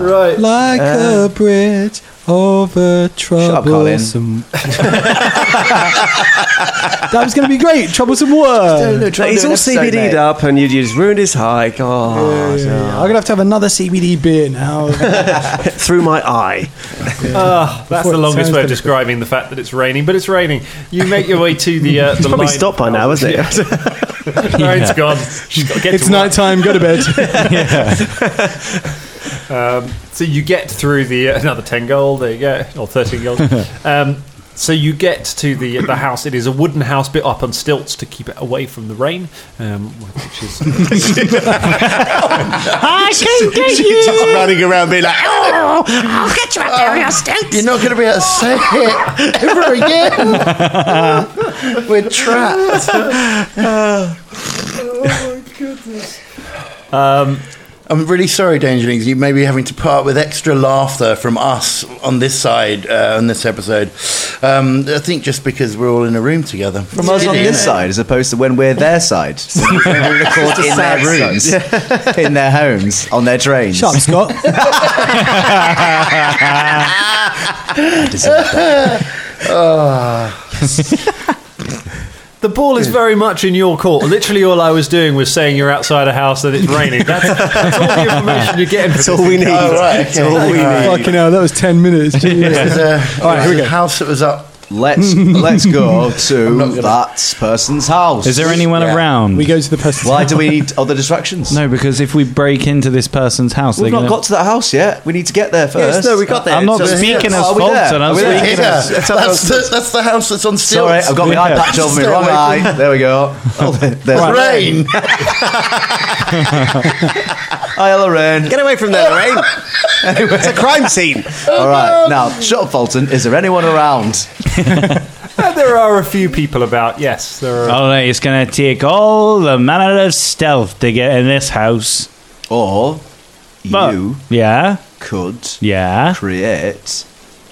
Speaker 5: Right.
Speaker 6: Like a bridge over
Speaker 9: up, Colin.
Speaker 6: troublesome. that was going to be great. Troublesome water.
Speaker 10: He's all CBD'd up and you just ruined his hike. Oh,
Speaker 6: I'm going to have to have another CBD beer now.
Speaker 10: through my eye.
Speaker 5: Ah, that's
Speaker 6: Before
Speaker 5: the
Speaker 6: it
Speaker 5: longest
Speaker 6: sounds
Speaker 5: way of
Speaker 6: difficult.
Speaker 5: describing the fact that it's raining, but it's raining. You make your way to the. Uh, the
Speaker 10: Probably
Speaker 5: line-
Speaker 10: stopped by now, hasn't it?
Speaker 5: The rain's gone. She's got to get
Speaker 6: it's
Speaker 5: to work.
Speaker 6: night time. Go to bed.
Speaker 5: So you get through the uh, another ten gold. There you go, or thirteen gold. um, so you get to the the house. It is a wooden house built up on stilts to keep it away from the rain, um, which is
Speaker 12: I can get you.
Speaker 10: running around being like,
Speaker 12: Oh, I'll get you out there, you stinks.
Speaker 4: oh, You're not going to be able to say it ever again. We're trapped.
Speaker 5: Um,
Speaker 4: I'm really sorry, Dangerlings. You may be having to part with extra laughter from us on this side uh, on this episode. Um, I think just because we're all in a room together.
Speaker 9: From us on this side, as opposed to when we're their side. When we record in their rooms, in their homes, on their trains.
Speaker 6: Shut up, Scott.
Speaker 5: the ball is very much in your court. Literally, all I was doing was saying you're outside a house and it's raining. That's, that's all the information you're getting.
Speaker 10: That's all we need.
Speaker 4: Oh, right.
Speaker 10: That's all we need.
Speaker 6: Fucking hell, that was 10 minutes.
Speaker 4: It was a, it was
Speaker 6: here we
Speaker 4: a house that was up.
Speaker 9: Let's let's go to that person's house.
Speaker 1: Is there anyone
Speaker 9: Yeah.
Speaker 1: around?
Speaker 6: we go to the pest.
Speaker 9: Why do we need other distractions?
Speaker 1: no, because if we break into this person's house,
Speaker 9: we've
Speaker 1: they're
Speaker 9: not
Speaker 1: gonna-
Speaker 9: got to that house yet. We need to get there first.
Speaker 10: Yes, no, we got there.
Speaker 1: I'm not
Speaker 10: So-
Speaker 1: speaking as
Speaker 9: Are we there?
Speaker 1: Fulton. I'm
Speaker 9: Are we there?
Speaker 1: speaking
Speaker 4: Yeah,
Speaker 1: as.
Speaker 4: that's, the, that's the house that's on
Speaker 9: Sorry,
Speaker 4: stilts.
Speaker 9: I've got my eye patch over my wrong eye. There we go. Oh, there- there's
Speaker 4: Rain.
Speaker 9: Hi, Lorraine.
Speaker 10: Get away from there, Lorraine. it's a crime scene. Oh,
Speaker 9: All right, now shut up, Fulton. Is there anyone around?
Speaker 5: There are a few people about. Yes, there are.
Speaker 1: All right, Oh, it's gonna take all the manner of stealth to get in this house.
Speaker 9: Or
Speaker 1: But-
Speaker 9: you
Speaker 1: Yeah,
Speaker 9: could
Speaker 1: yeah,
Speaker 9: create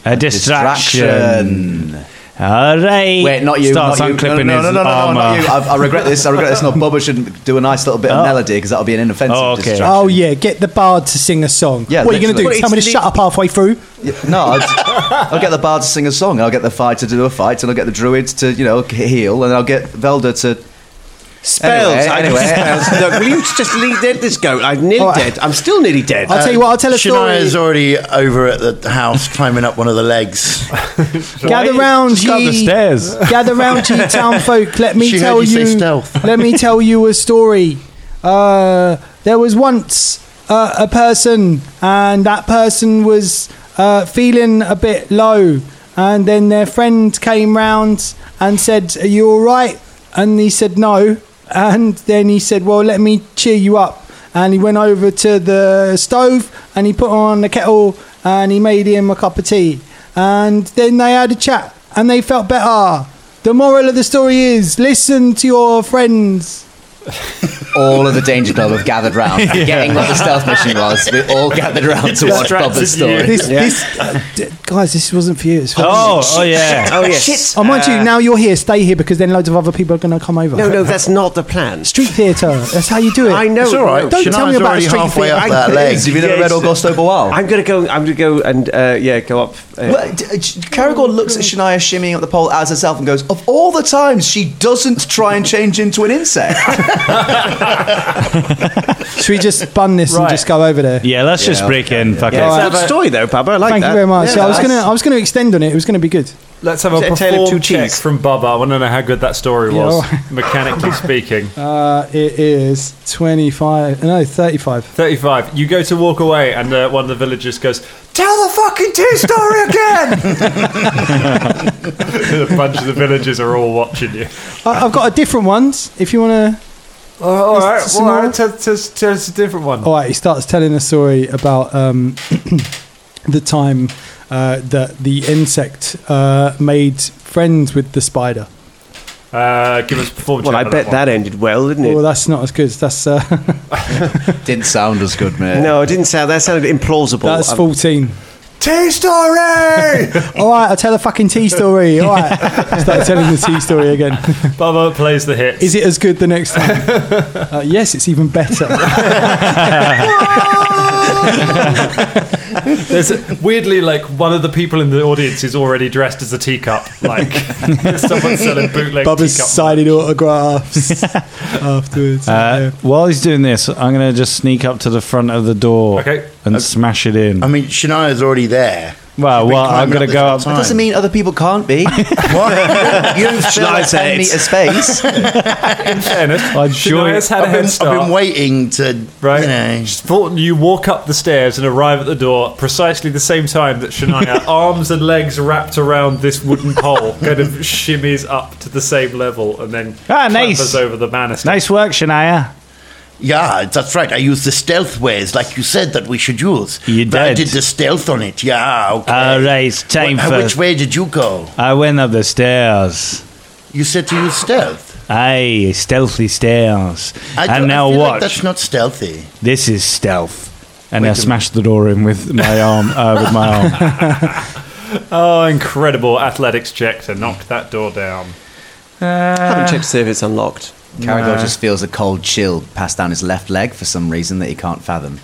Speaker 1: a distraction. All right.
Speaker 9: Wait, not you.
Speaker 1: Starts
Speaker 9: not you.
Speaker 1: unclipping
Speaker 9: no, no, no, no,
Speaker 1: his
Speaker 9: no, no,
Speaker 1: armor.
Speaker 9: not you. I, I regret this. I regret this. No, Bubba should do a nice little bit of
Speaker 1: Oh.
Speaker 9: melody because that'll be an inoffensive
Speaker 1: Oh, okay.
Speaker 9: distraction.
Speaker 6: Oh, yeah, get the bard to sing a song.
Speaker 9: Yeah,
Speaker 6: what are you going to do?
Speaker 9: literally.
Speaker 6: Tell me to shut up halfway through?
Speaker 9: Yeah, No, I'd, I'll get the bard to sing a song. I'll get the fighter to do a fight, and I'll get the druid to you know heal, and I'll get Velda to
Speaker 10: Spells.
Speaker 9: Anyway,
Speaker 10: I
Speaker 9: anyway.
Speaker 10: know spells. Look, will you just leave dead this goat? I'm nearly
Speaker 6: Oh, I-
Speaker 10: dead. I'm still nearly dead.
Speaker 6: I'll tell you what, I'll tell a story.
Speaker 4: Shania's already over at the house climbing up one of the legs.
Speaker 6: Gather round,
Speaker 1: Just go up the
Speaker 6: ye
Speaker 1: stairs.
Speaker 6: gather round, ye town folk. Let me
Speaker 4: She heard
Speaker 6: tell
Speaker 4: you say
Speaker 6: you.
Speaker 4: stealth.
Speaker 6: let me tell you a story. Uh, there was once uh, a person, and that person was uh, feeling a bit low, and then their friend came round and said, "Are you all right?" And he said, "No." And then he said, "Well, let me cheer you up." And he went over to the stove and he put on the kettle and he made him a cup of tea. And then they had a chat and they felt better. The moral of the story is listen to your friends.
Speaker 9: all of the Danger Club have gathered round, forgetting what the stealth mission was. We all gathered round to watch Bobber's story.
Speaker 6: This, this, uh, d- guys, this wasn't for you. It's for
Speaker 9: Oh,
Speaker 6: me.
Speaker 9: oh, yeah.
Speaker 10: Oh, yes.
Speaker 6: Shit. Oh, mind
Speaker 10: Uh,
Speaker 6: you, now you're here. Stay here because then loads of other people are going to come over.
Speaker 10: No, no, that's not the plan.
Speaker 6: Street theatre. That's how you do it.
Speaker 10: I know.
Speaker 6: It's all right. Don't tell me about street theatre. I-
Speaker 9: Have you never read Augusto Boal?
Speaker 10: I'm gonna go. I'm gonna go and uh, yeah, go up. Uh,
Speaker 9: Well, d- uh, Caragor looks at Shania shimmying up the pole as herself and goes, Of all the times she doesn't try and change into an insect.
Speaker 6: Should we just bun this and
Speaker 11: Right.
Speaker 6: just go over there?
Speaker 11: Yeah, let's just break in. Fuck
Speaker 10: Yeah,
Speaker 11: it.
Speaker 10: it's a good story though, Bubba. I like
Speaker 6: Thank
Speaker 10: that.
Speaker 6: you very much.
Speaker 10: Yeah,
Speaker 6: Yeah, I was
Speaker 10: that's-
Speaker 6: gonna, I was gonna extend on it. It was gonna be good.
Speaker 5: Let's have a,
Speaker 10: A tale of
Speaker 5: perform
Speaker 10: two
Speaker 5: check
Speaker 10: cheese.
Speaker 5: from Bubba. I want to know how good that story
Speaker 6: Yeah,
Speaker 5: was,
Speaker 6: all right.
Speaker 5: mechanically speaking.
Speaker 6: Uh, it is twenty-five. No, thirty-five.
Speaker 5: 35. You go to walk away, and uh, one of the villagers goes, Tell the fucking tea story again! a bunch of the villagers are all watching you.
Speaker 6: I, I've got a different ones. If you want to.
Speaker 5: Oh, all right,
Speaker 6: Some
Speaker 5: all
Speaker 6: more?
Speaker 5: right. Tell, tell, tell us a different one.
Speaker 6: All right, he starts telling a story about um, the time uh, that the insect uh, made friends with the spider.
Speaker 5: Uh, give us a performance
Speaker 10: Well, I bet that ended well, didn't it?
Speaker 6: Well, Oh, that's not as good. That's uh,
Speaker 9: Didn't sound as good, man.
Speaker 10: no, it didn't sound. That sounded implausible.
Speaker 6: that's
Speaker 10: Um,
Speaker 6: fourteen.
Speaker 5: Tea story!
Speaker 6: All right, I'll tell a fucking tea story. All right, start telling the tea story again.
Speaker 5: Bubba plays the hit.
Speaker 6: Is it as good the next time? Uh, yes, it's even better.
Speaker 5: There's weirdly like one of the people in the audience is already dressed as a teacup. Like someone's selling bootleg
Speaker 6: Bubba's
Speaker 5: teacup.
Speaker 6: signing autographs afterwards.
Speaker 11: Uh, while he's doing this, I'm going to just sneak up to the front of the door
Speaker 5: Okay.
Speaker 11: and smash it in.
Speaker 4: I
Speaker 9: Um,
Speaker 4: mean, Shania's already there.
Speaker 11: Well, well, I'm going to go up.
Speaker 4: That
Speaker 9: Doesn't mean other people can't be. You don't fill
Speaker 10: I
Speaker 9: like
Speaker 10: say
Speaker 9: 10
Speaker 10: it?
Speaker 9: metre space.
Speaker 11: I join.
Speaker 5: Shania's had a
Speaker 4: I've been,
Speaker 5: head
Speaker 4: I've been
Speaker 5: start.
Speaker 4: waiting to.
Speaker 5: Right.
Speaker 4: You know,
Speaker 5: Thornton, you walk up the stairs and arrive at the door precisely the same time that Shania, arms and legs wrapped around this wooden pole, kind of shimmies up to the same level and then
Speaker 11: Ah, nice.
Speaker 5: clambers over the banister.
Speaker 11: Nice work, Shania.
Speaker 4: yeah, that's right. I used the stealth ways, like you said that we should use.
Speaker 11: You
Speaker 4: But I
Speaker 11: did.
Speaker 4: did the stealth on it. Yeah. Okay.
Speaker 11: All right, time
Speaker 9: uh,
Speaker 4: Wh-
Speaker 11: for.
Speaker 4: Which way did you go?
Speaker 11: I went up the stairs.
Speaker 4: You said to use stealth.
Speaker 11: Aye, stealthy stairs.
Speaker 4: I
Speaker 11: and
Speaker 4: don't-
Speaker 11: now
Speaker 4: I feel like
Speaker 11: watch.
Speaker 4: that's not stealthy.
Speaker 11: this is stealth. And I smashed the door in with my arm. Uh, with my arm.
Speaker 5: Oh, incredible athletics check to knock that door down.
Speaker 10: I haven't checked to see if it's unlocked.
Speaker 9: Caragor just feels a cold chill pass down his left leg for some reason that he can't fathom.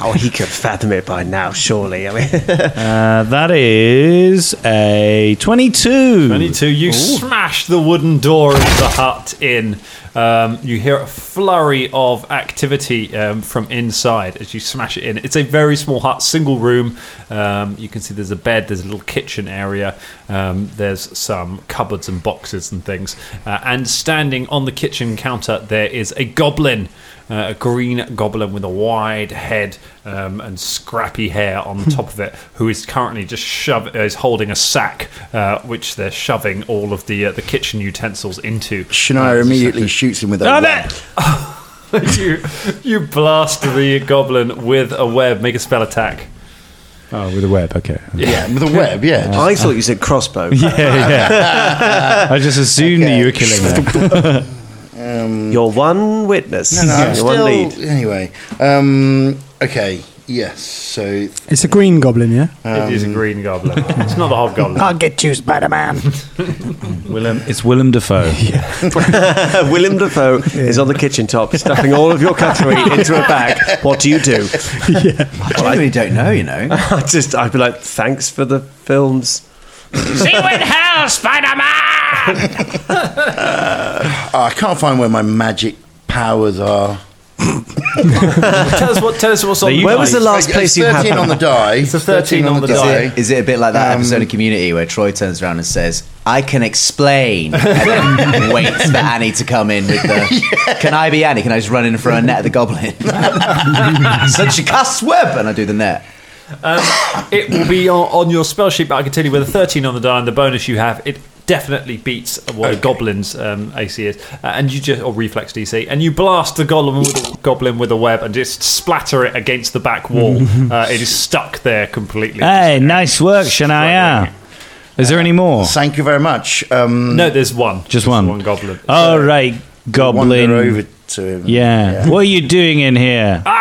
Speaker 10: Oh, he could fathom it by now, surely. I mean,
Speaker 11: Uh, that is a 22.
Speaker 5: 22. You smash the wooden door of the hut in. Um, you hear a flurry of activity um, from inside as you smash it in. It's a very small hut, single room. Um, you can see there's a bed, there's a little kitchen area, um, there's some cupboards and boxes and things. Uh, and standing on the kitchen counter, there is a goblin. Uh, a green goblin with a wide head um, and scrappy hair on the top of it, who is currently just shove- uh, is holding a sack, uh, which they're shoving all of the uh, the kitchen utensils into.
Speaker 4: Shania immediately shoots him with a web.
Speaker 5: you you blast the goblin with a web. Make a spell attack.
Speaker 11: Oh, with a web, okay.
Speaker 4: Yeah, with a web. Yeah.
Speaker 11: Oh,
Speaker 10: I thought you said crossbow.
Speaker 11: Yeah, yeah. I just assumed that you were killing me.
Speaker 10: Your one witness.
Speaker 4: No, I'm
Speaker 10: Your
Speaker 4: still,
Speaker 10: one lead.
Speaker 4: Anyway, um, okay, yes. So
Speaker 6: it's a green goblin, yeah.
Speaker 5: it is a green goblin. It's not a hobgoblin.
Speaker 13: I'll get you, Spider Man.
Speaker 11: Willem, it's Willem Dafoe.
Speaker 10: Willem Dafoe is on the kitchen top, stuffing all of your cutlery into a bag. What do you do?
Speaker 9: I genuinely don't know, you know.
Speaker 10: I just, I'd be like, thanks for the films.
Speaker 13: See you in hell, Spider Man!
Speaker 4: oh, I can't find where my magic powers are.
Speaker 5: tell us what. Tell us what's on.
Speaker 11: They
Speaker 5: the
Speaker 10: Where was the
Speaker 5: plate.
Speaker 10: last
Speaker 4: It's
Speaker 10: place you had
Speaker 4: Thirteen on the die. It's
Speaker 5: a 13 on the die.
Speaker 9: Is it a bit like that
Speaker 6: Um,
Speaker 9: episode of Community where Troy turns around and says, I can explain, and then waits for Annie to come in with the, Can I be Annie? Can I just run in for a net at the goblin? so she casts web, and I do the net.
Speaker 5: It will be on, on your spell sheet, but I can tell you with a 13 on the die and the bonus you have, it definitely beats what a goblin's um, AC is, uh, and you just or reflex DC, and you blast the goblin with a, goblin with a web and just splatter it against the back wall. uh, it is stuck there completely.
Speaker 11: Hey, nice work, Shania. Is there any more?
Speaker 4: Thank you very much. Um,
Speaker 5: no, there's one.
Speaker 11: Just
Speaker 5: There's
Speaker 11: one.
Speaker 5: One goblin.
Speaker 11: All right, goblin.
Speaker 4: Wander over to him.
Speaker 11: Yeah. What are you doing in here? Ah!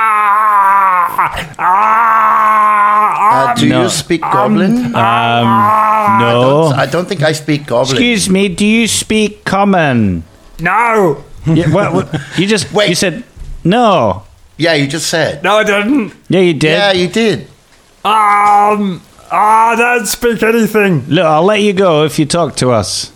Speaker 4: Uh, do
Speaker 11: No.
Speaker 4: you speak goblin? Um,
Speaker 11: Ah! no.
Speaker 4: I don't think I speak goblin.
Speaker 11: Excuse me, do you speak common?
Speaker 4: No.
Speaker 11: Yeah, what, what- you just Wait. you said no.
Speaker 4: Yeah, you just said.
Speaker 11: No, I didn't. Yeah, you did. Yeah,
Speaker 4: you did.
Speaker 11: Um,
Speaker 5: Ah,
Speaker 11: I don't speak anything. Look, I'll let you go if you talk to us.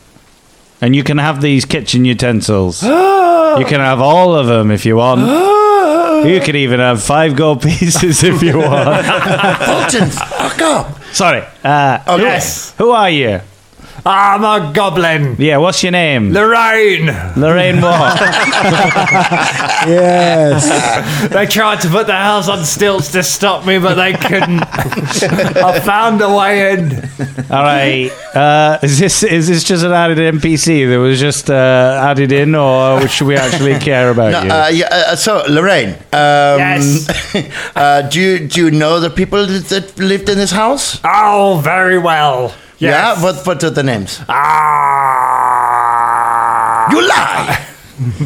Speaker 11: And you can have these kitchen utensils. you can have all of them if you want. you could even have five gold pieces if you want.
Speaker 4: Fulton, fuck up. Oh,
Speaker 11: Sorry. Uh,
Speaker 4: Okay.
Speaker 11: yes. Who are you? I'm a goblin. Yeah, what's your name?
Speaker 5: Lorraine.
Speaker 11: Lorraine Moore.
Speaker 5: yes. they tried to put the house on stilts to stop me, but they couldn't. I found a way in.
Speaker 11: All right. Uh, is this is this just an added NPC that was just uh, added in, or should we actually care about
Speaker 4: No,
Speaker 11: you?
Speaker 4: uh, yeah, uh, so Lorraine, um, uh, do you do you know the people that, that lived in this house?
Speaker 5: Oh, very well.
Speaker 4: Yeah, what what are the names?
Speaker 5: You lie.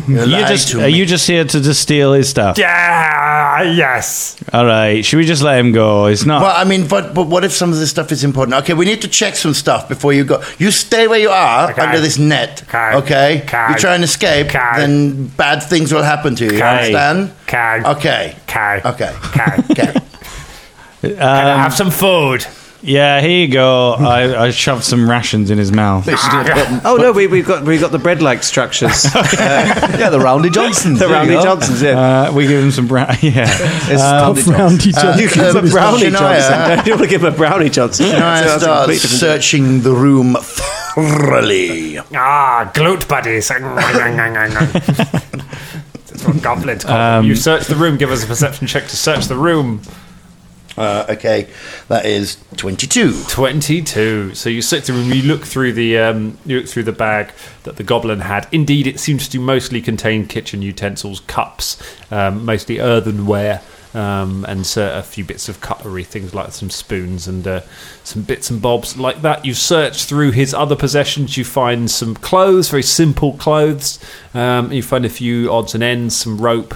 Speaker 11: you
Speaker 4: lied
Speaker 11: just
Speaker 4: to
Speaker 11: are you just here to just steal his stuff?
Speaker 5: Yeah. Yes.
Speaker 11: All right. Should we just let him go? It's not.
Speaker 4: Well, I mean, but but what if some of this stuff is important? Okay, we need to check some stuff before you go. You stay where you are under this net. Okay. Okay. You try and escape, then bad things will happen to you. You
Speaker 5: Okay.
Speaker 4: understand?
Speaker 5: Okay.
Speaker 4: Okay.
Speaker 5: Okay.
Speaker 4: Okay.
Speaker 11: Can I have
Speaker 5: some food?
Speaker 11: Um, Yeah, here you go. I, I shoved some rations in his mouth.
Speaker 10: Oh no, we, we've got we've got the bread-like structures. yeah, the roundy Johnsons. The
Speaker 11: There you
Speaker 10: roundy
Speaker 11: go.
Speaker 10: Johnsons. Yeah.
Speaker 11: Uh, we give him some brown. Yeah,
Speaker 10: It's
Speaker 11: Um,
Speaker 10: You give him a brownie Johnson.
Speaker 4: Shania-
Speaker 10: you want to give him a brownie Johnson?
Speaker 4: Shania
Speaker 10: Sounds
Speaker 4: starts
Speaker 10: completely different.
Speaker 4: searching the room thoroughly.
Speaker 5: Ah, glute buddies. That's what goblins call them.
Speaker 4: Um,
Speaker 5: You search the room. Give us a perception check to search the room.
Speaker 4: Uh, okay, that is twenty-two.
Speaker 5: Twenty-two. So you search the room. You look through the um, you look through the bag that the goblin had. Indeed, it seems to mostly contain kitchen utensils, cups, um, mostly earthenware. Um, and so a few bits of cutlery, things like some spoons and uh, some bits and bobs like that. You search through his other possessions. You find some clothes, very simple clothes. Um, you find a few odds and ends, some rope.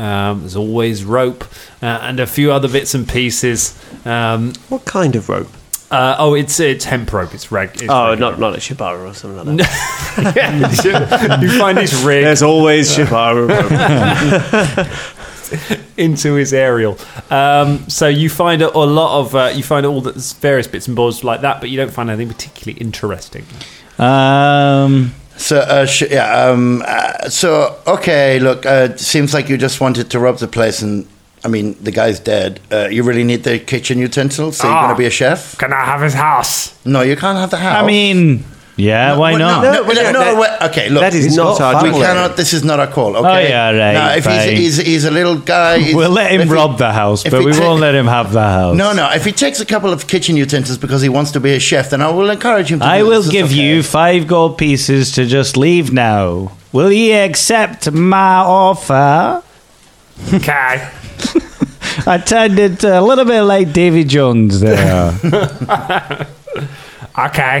Speaker 5: Um, there's always rope uh, and a few other bits and pieces. Um,
Speaker 10: what kind of rope?
Speaker 5: Uh, oh, it's it's hemp rope. It's reg. It's
Speaker 10: Oh, not not a Shibara or something like that.
Speaker 5: yeah, you find his rig.
Speaker 10: There's always Shibara.
Speaker 5: into his aerial. Um, so you find a, a lot of uh, you find all the various bits and bobs like that, but you don't find anything particularly interesting.
Speaker 11: Uh, Um.
Speaker 4: So uh, sh- yeah. Um. Uh, so okay. Look. Uh, seems like you just wanted to rob the place, and I mean the guy's dead. Uh, you really need the kitchen utensils. So you're
Speaker 5: Ah.
Speaker 4: going to be a chef?
Speaker 5: Can I have his house?
Speaker 4: No, you can't have the house.
Speaker 11: I mean, yeah. why
Speaker 4: Well,
Speaker 11: not?
Speaker 4: Oh. No, no, no, no, wait, okay, look.
Speaker 11: that is It's not not our
Speaker 4: We
Speaker 11: family.
Speaker 4: cannot. This is not our call. Okay.
Speaker 11: Oh, yeah, right,
Speaker 4: Now, if
Speaker 11: fine.
Speaker 4: he's, he's, he's a little guy, he's-
Speaker 11: we'll let
Speaker 4: if
Speaker 11: him
Speaker 4: he-
Speaker 11: rob the house,
Speaker 4: if
Speaker 11: but
Speaker 4: he
Speaker 11: we
Speaker 4: ta-
Speaker 11: won't let him have the house.
Speaker 4: No, no. If he takes a couple of kitchen utensils because he wants to be a chef, then I will encourage him. to
Speaker 11: I
Speaker 4: do
Speaker 11: will
Speaker 4: this.
Speaker 11: give you five gold pieces to just leave now. Will ye accept my offer?
Speaker 5: Okay.
Speaker 11: I turned it a little bit like Davy Jones there.
Speaker 5: Okay.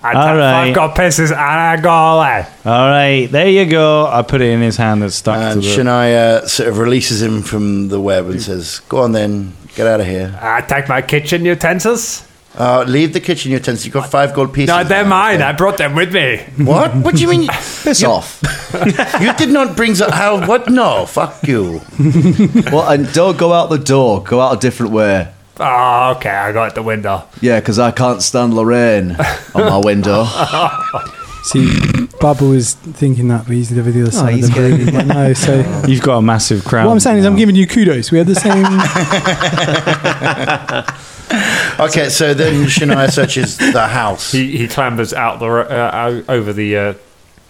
Speaker 5: I
Speaker 11: All right.
Speaker 5: I've got pieces and I go away.
Speaker 11: All right, there you go. I put it in his hand that's stuck to
Speaker 4: And
Speaker 11: the.
Speaker 4: Shania uh, sort of releases him from the web and says, "Go on, then, get out of here.
Speaker 5: I take my kitchen utensils.
Speaker 4: Uh, leave the kitchen utensils. You got five gold pieces.
Speaker 5: No, they're mine. I brought them with me.
Speaker 4: What? What do you mean? Piss
Speaker 9: off.
Speaker 4: you did not bring the how? What? No, fuck you.
Speaker 9: well, and don't go out the door. Go out a different way.
Speaker 5: Oh, okay. I got the window.
Speaker 9: Yeah, because I can't stand Lorraine on my window.
Speaker 6: See, Bubble is thinking that, but he's over the other side of
Speaker 9: he's
Speaker 6: the
Speaker 9: getting-
Speaker 6: room. But no, so
Speaker 11: You've got a massive crown.
Speaker 6: what I'm saying is, I'm giving you kudos. We had the same.
Speaker 4: Okay, so then Shania searches the house.
Speaker 5: He, he clambers out the ro- uh, o- over the uh,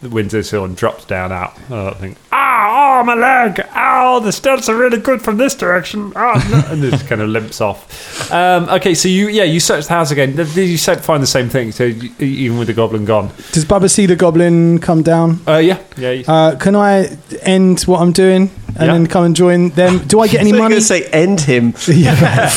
Speaker 5: the windowsill and drops down out. I don't think. Ah, oh, my leg! Ow, the stilts are really good from this direction. Oh, no. and just kind of limps off. Um, okay, so you yeah you search the house again. Th- You said find the same thing. So you, even with the goblin gone.
Speaker 6: Does Bubba see the goblin come down?
Speaker 5: Uh, yeah, yeah. you-
Speaker 6: Uh, can I end what I'm doing and
Speaker 5: Yeah.
Speaker 6: then come and join them? Do I get any
Speaker 10: So you're
Speaker 6: money?
Speaker 10: gonna say end him.
Speaker 6: Yeah.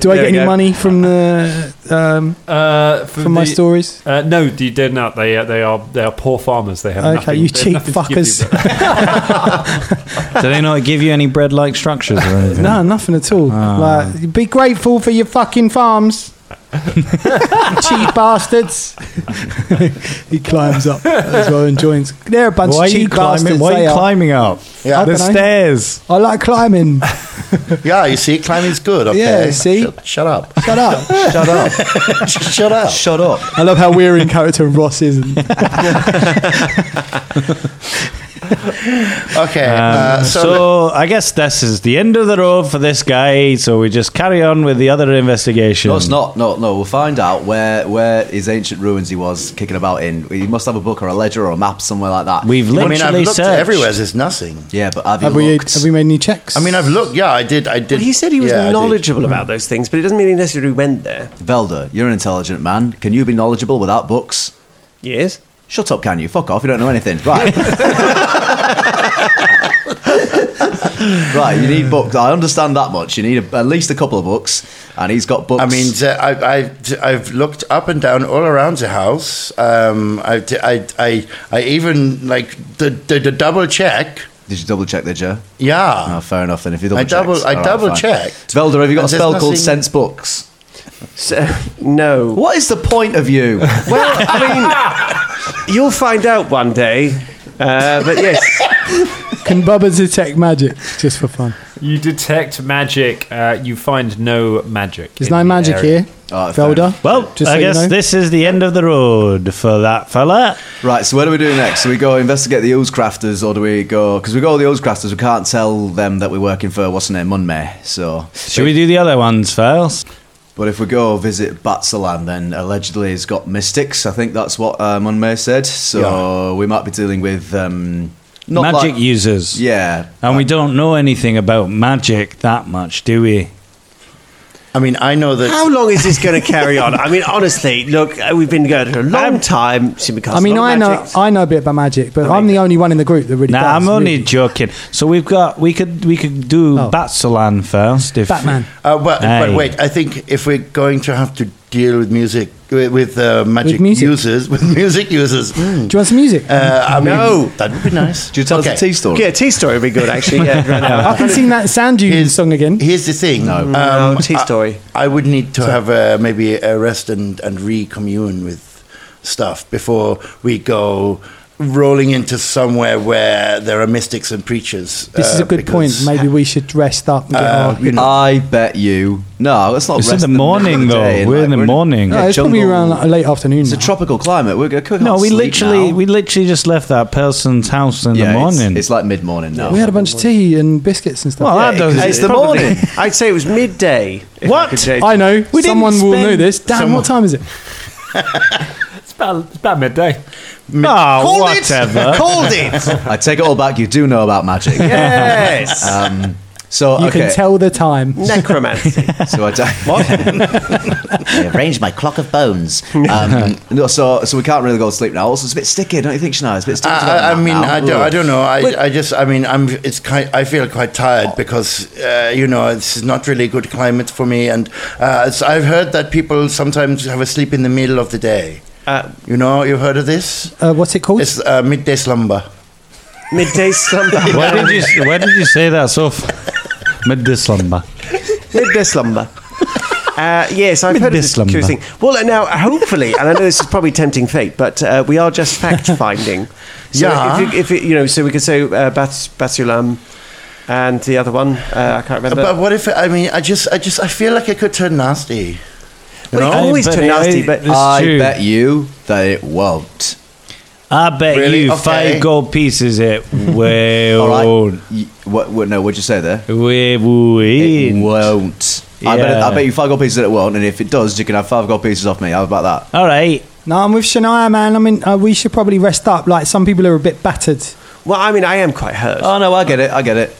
Speaker 6: Do I
Speaker 5: There
Speaker 6: get any
Speaker 5: we go.
Speaker 6: money from the um,
Speaker 5: Uh, for
Speaker 6: from my
Speaker 5: the-
Speaker 6: stories?
Speaker 5: Uh, no, you did not. They uh, they are they are poor farmers. They have
Speaker 6: Okay,
Speaker 5: nothing.
Speaker 6: you
Speaker 5: they have
Speaker 6: cheap
Speaker 5: nothing to give
Speaker 6: fuckers.
Speaker 5: you, but-
Speaker 11: Do they not give you any bread like structures or anything?
Speaker 6: No, nothing Ah. at all. Like, be grateful for your fucking farms, cheap bastards. he climbs up as well and joins. They're a bunch
Speaker 11: Why are
Speaker 6: of cheap
Speaker 11: you climbing?
Speaker 6: bastards.
Speaker 11: Why are
Speaker 6: they
Speaker 11: you climbing up?
Speaker 6: Yeah.
Speaker 11: the
Speaker 6: I dunno.
Speaker 11: stairs.
Speaker 6: I like climbing.
Speaker 4: Yeah, you see, climbing's good. Okay.
Speaker 6: Yeah, see?
Speaker 4: Shut, shut up.
Speaker 6: Shut up.
Speaker 4: Shut up. shut up.
Speaker 9: Shut up.
Speaker 6: I love how we're in character and Ross isn't.
Speaker 4: Okay.
Speaker 11: Um,
Speaker 4: uh,
Speaker 11: so,
Speaker 4: so,
Speaker 11: I guess this is the end of the road for this guy. So we just carry on with the other investigation.
Speaker 9: No, it's not. No, no. We'll find out where where his ancient ruins he was kicking about in. He must have a book or a ledger or a map somewhere like that.
Speaker 11: We've
Speaker 4: I mean, I've
Speaker 11: literally
Speaker 4: looked
Speaker 11: searched.
Speaker 4: everywhere. There's nothing.
Speaker 9: yeah, but have you
Speaker 6: Have we,
Speaker 9: looked?
Speaker 6: have we made any checks?
Speaker 4: I mean, I've looked. Yeah, I did. I did.
Speaker 10: He said he was
Speaker 4: yeah, I did.
Speaker 10: knowledgeable about those things, but it doesn't mean he necessarily went there.
Speaker 9: Velda, you're an intelligent man. Can you be knowledgeable without books?
Speaker 10: Yes.
Speaker 9: Shut up, can you? Fuck off. You don't know anything. Right. right. You need books. I understand that much. You need a, at least a couple of books, and he's got books.
Speaker 4: I mean, the- I, I, I've looked up and down all around the house. Um, I, I, I, I even like the, the, the double check.
Speaker 9: did you double check? Did you?
Speaker 4: Yeah,
Speaker 9: Oh, fair enough. Then if you
Speaker 4: Ah.
Speaker 9: double
Speaker 4: I
Speaker 9: checked,
Speaker 4: double- I
Speaker 9: all
Speaker 4: double
Speaker 9: fine.
Speaker 4: checked.
Speaker 9: Velda, have you got
Speaker 4: And there's
Speaker 9: a spell called
Speaker 4: nothing-
Speaker 9: Sense Books?
Speaker 10: So, no.
Speaker 9: What is the point of you?
Speaker 10: Well, I mean, you'll find out one day. Uh, but yes,
Speaker 6: Can Bubba detect magic just for fun?
Speaker 5: You detect magic. Uh, you find no magic.
Speaker 6: There's
Speaker 5: in
Speaker 6: no
Speaker 5: the
Speaker 6: magic
Speaker 5: area.
Speaker 6: here.
Speaker 9: Oh, fair
Speaker 6: Velda.
Speaker 9: enough.
Speaker 11: Well,
Speaker 6: Just so
Speaker 11: I
Speaker 6: you
Speaker 11: guess
Speaker 6: know.
Speaker 11: this is the end of the road for that fella.
Speaker 9: Right, so what do we do next? Do we go investigate the ooze crafters, or do we go? Because we go the ooze crafters, we can't tell them that we're working for what's her name, Munme. So,
Speaker 11: Should we do the other ones first?
Speaker 9: but if we go visit Batsalan, then allegedly he's got mystics. I think that's what uh, Munme said. So we might be dealing with um, not
Speaker 11: magic
Speaker 9: like-
Speaker 11: users.
Speaker 9: Yeah,
Speaker 11: And we don't know anything about magic that much, do we?
Speaker 4: I mean, I know that.
Speaker 10: how long is this going to carry on? I mean, honestly, look, uh, we've been going for a long time. Should we cast
Speaker 6: I mean,
Speaker 10: a lot
Speaker 6: I
Speaker 10: of
Speaker 6: know
Speaker 10: magics?
Speaker 6: I know a bit about magic, but I am the only one in the group that really.
Speaker 11: Nah,
Speaker 6: does,
Speaker 11: I'm only
Speaker 6: really.
Speaker 11: joking. So we've got we could we could do
Speaker 6: Oh.
Speaker 11: Batsalan first if
Speaker 6: Batman.
Speaker 4: Uh, but,
Speaker 11: Hey.
Speaker 4: but wait, I think if we're going to have to deal with music, with, with uh, magic
Speaker 6: With music.
Speaker 4: users, with music users,
Speaker 10: Hmm.
Speaker 6: Do you want some music?
Speaker 4: uh, I mean,
Speaker 10: No.
Speaker 4: that would be nice.
Speaker 9: do you tell
Speaker 4: Okay.
Speaker 9: us a tea story?
Speaker 10: Yeah, tea story would be good, actually. Yeah, right now.
Speaker 6: I can sing that sand dune
Speaker 4: Here's-
Speaker 6: song again.
Speaker 4: Here's the thing. No,
Speaker 10: No, tea
Speaker 4: I-
Speaker 10: story.
Speaker 4: I, would need to have uh, maybe a rest and, and re-commune with stuff before we go rolling into somewhere where there are mystics and preachers.
Speaker 6: This is
Speaker 4: uh,
Speaker 6: a good point.
Speaker 4: because-
Speaker 6: Maybe we should rest up and get
Speaker 4: Uh,
Speaker 6: our.
Speaker 4: you know,
Speaker 9: I bet you. No, it's not.
Speaker 11: It's in
Speaker 9: rest
Speaker 11: the
Speaker 9: of middle of
Speaker 11: morning,
Speaker 9: the
Speaker 11: though.
Speaker 9: day,
Speaker 11: We're in the morning.
Speaker 6: No,
Speaker 9: a
Speaker 6: Oh, it's probably
Speaker 9: jungle-
Speaker 6: around like, late afternoon.
Speaker 9: It's a
Speaker 6: now.
Speaker 9: tropical climate. We're, we
Speaker 11: No, we literally
Speaker 9: now.
Speaker 11: we literally just left that person's house in
Speaker 9: Yeah,
Speaker 11: the
Speaker 9: it's-
Speaker 11: morning.
Speaker 9: It's, like mid morning now.
Speaker 6: we had a bunch of tea and biscuits and stuff.
Speaker 11: well, that
Speaker 10: Yeah,
Speaker 11: does
Speaker 10: it's the morning. I'd say it was midday. if I could
Speaker 11: What?
Speaker 10: say-
Speaker 6: I know.
Speaker 11: We didn't
Speaker 6: someone will
Speaker 11: spend-
Speaker 6: know this. Dan, what time is it?
Speaker 5: It's about, it's about midday. Ah,
Speaker 11: Oh, whatever.
Speaker 10: Called it.
Speaker 9: I take it all back. You do know about magic.
Speaker 10: Yes.
Speaker 11: Ah.
Speaker 9: Um, so
Speaker 6: You
Speaker 9: okay.
Speaker 6: can tell the time.
Speaker 10: Necromancy.
Speaker 9: So I ta- I arranged my clock of bones. Um, no, so so we can't really go to sleep now. Also, it's a bit sticky, don't you think, Shania? It's a bit sticky. to go to
Speaker 4: Uh, I, I
Speaker 9: nap
Speaker 4: mean,
Speaker 9: now.
Speaker 4: I don't, I don't know. I, I just, I mean, I'm. It's kind. I feel quite tired because, uh, you know, it's not really good climate for me. And uh, it's, I've heard that people sometimes have a sleep in the middle of the day.
Speaker 10: Uh,
Speaker 4: You know, you've heard of this?
Speaker 6: Uh, what's it
Speaker 11: Oh.
Speaker 6: called?
Speaker 4: It's uh, midday slumber.
Speaker 10: midday slumber.
Speaker 11: Why did you Why did you say that so? F- Midday slumber.
Speaker 10: Midday slumber. Uh, yes, I've heard of
Speaker 11: Midday
Speaker 10: this
Speaker 11: slumber.
Speaker 10: curious thing. Well, uh, now hopefully, and I know this is probably tempting fate, but uh, we are just fact finding. So
Speaker 4: Yeah.
Speaker 10: If, you, if you, you know, so we could say uh, Bats, Basulam and the other one. Uh, I can't remember.
Speaker 4: But what if I mean I just I just I feel like I could turn nasty.
Speaker 10: Well, it
Speaker 11: know?
Speaker 10: can always
Speaker 11: But
Speaker 10: turn
Speaker 11: it-
Speaker 10: nasty. But uh,
Speaker 11: it's
Speaker 9: I
Speaker 11: true.
Speaker 9: bet you that it won't.
Speaker 11: I bet
Speaker 4: Really?
Speaker 11: you
Speaker 4: Okay.
Speaker 11: five gold pieces. It
Speaker 9: All right.
Speaker 11: will.
Speaker 9: You- what, what? No, what'd you say there?
Speaker 11: We
Speaker 9: It
Speaker 11: will.
Speaker 9: won't. I, bet,
Speaker 11: Yeah.
Speaker 9: I bet you five gold pieces that it won't, and if it does, you can have five gold pieces off me. How about that?
Speaker 11: All right.
Speaker 6: no, I'm with Shania, man. I mean, uh, we should probably rest up. Like some people are a bit battered.
Speaker 10: well, I mean, I am quite hurt.
Speaker 9: Oh no, I get it. I get it.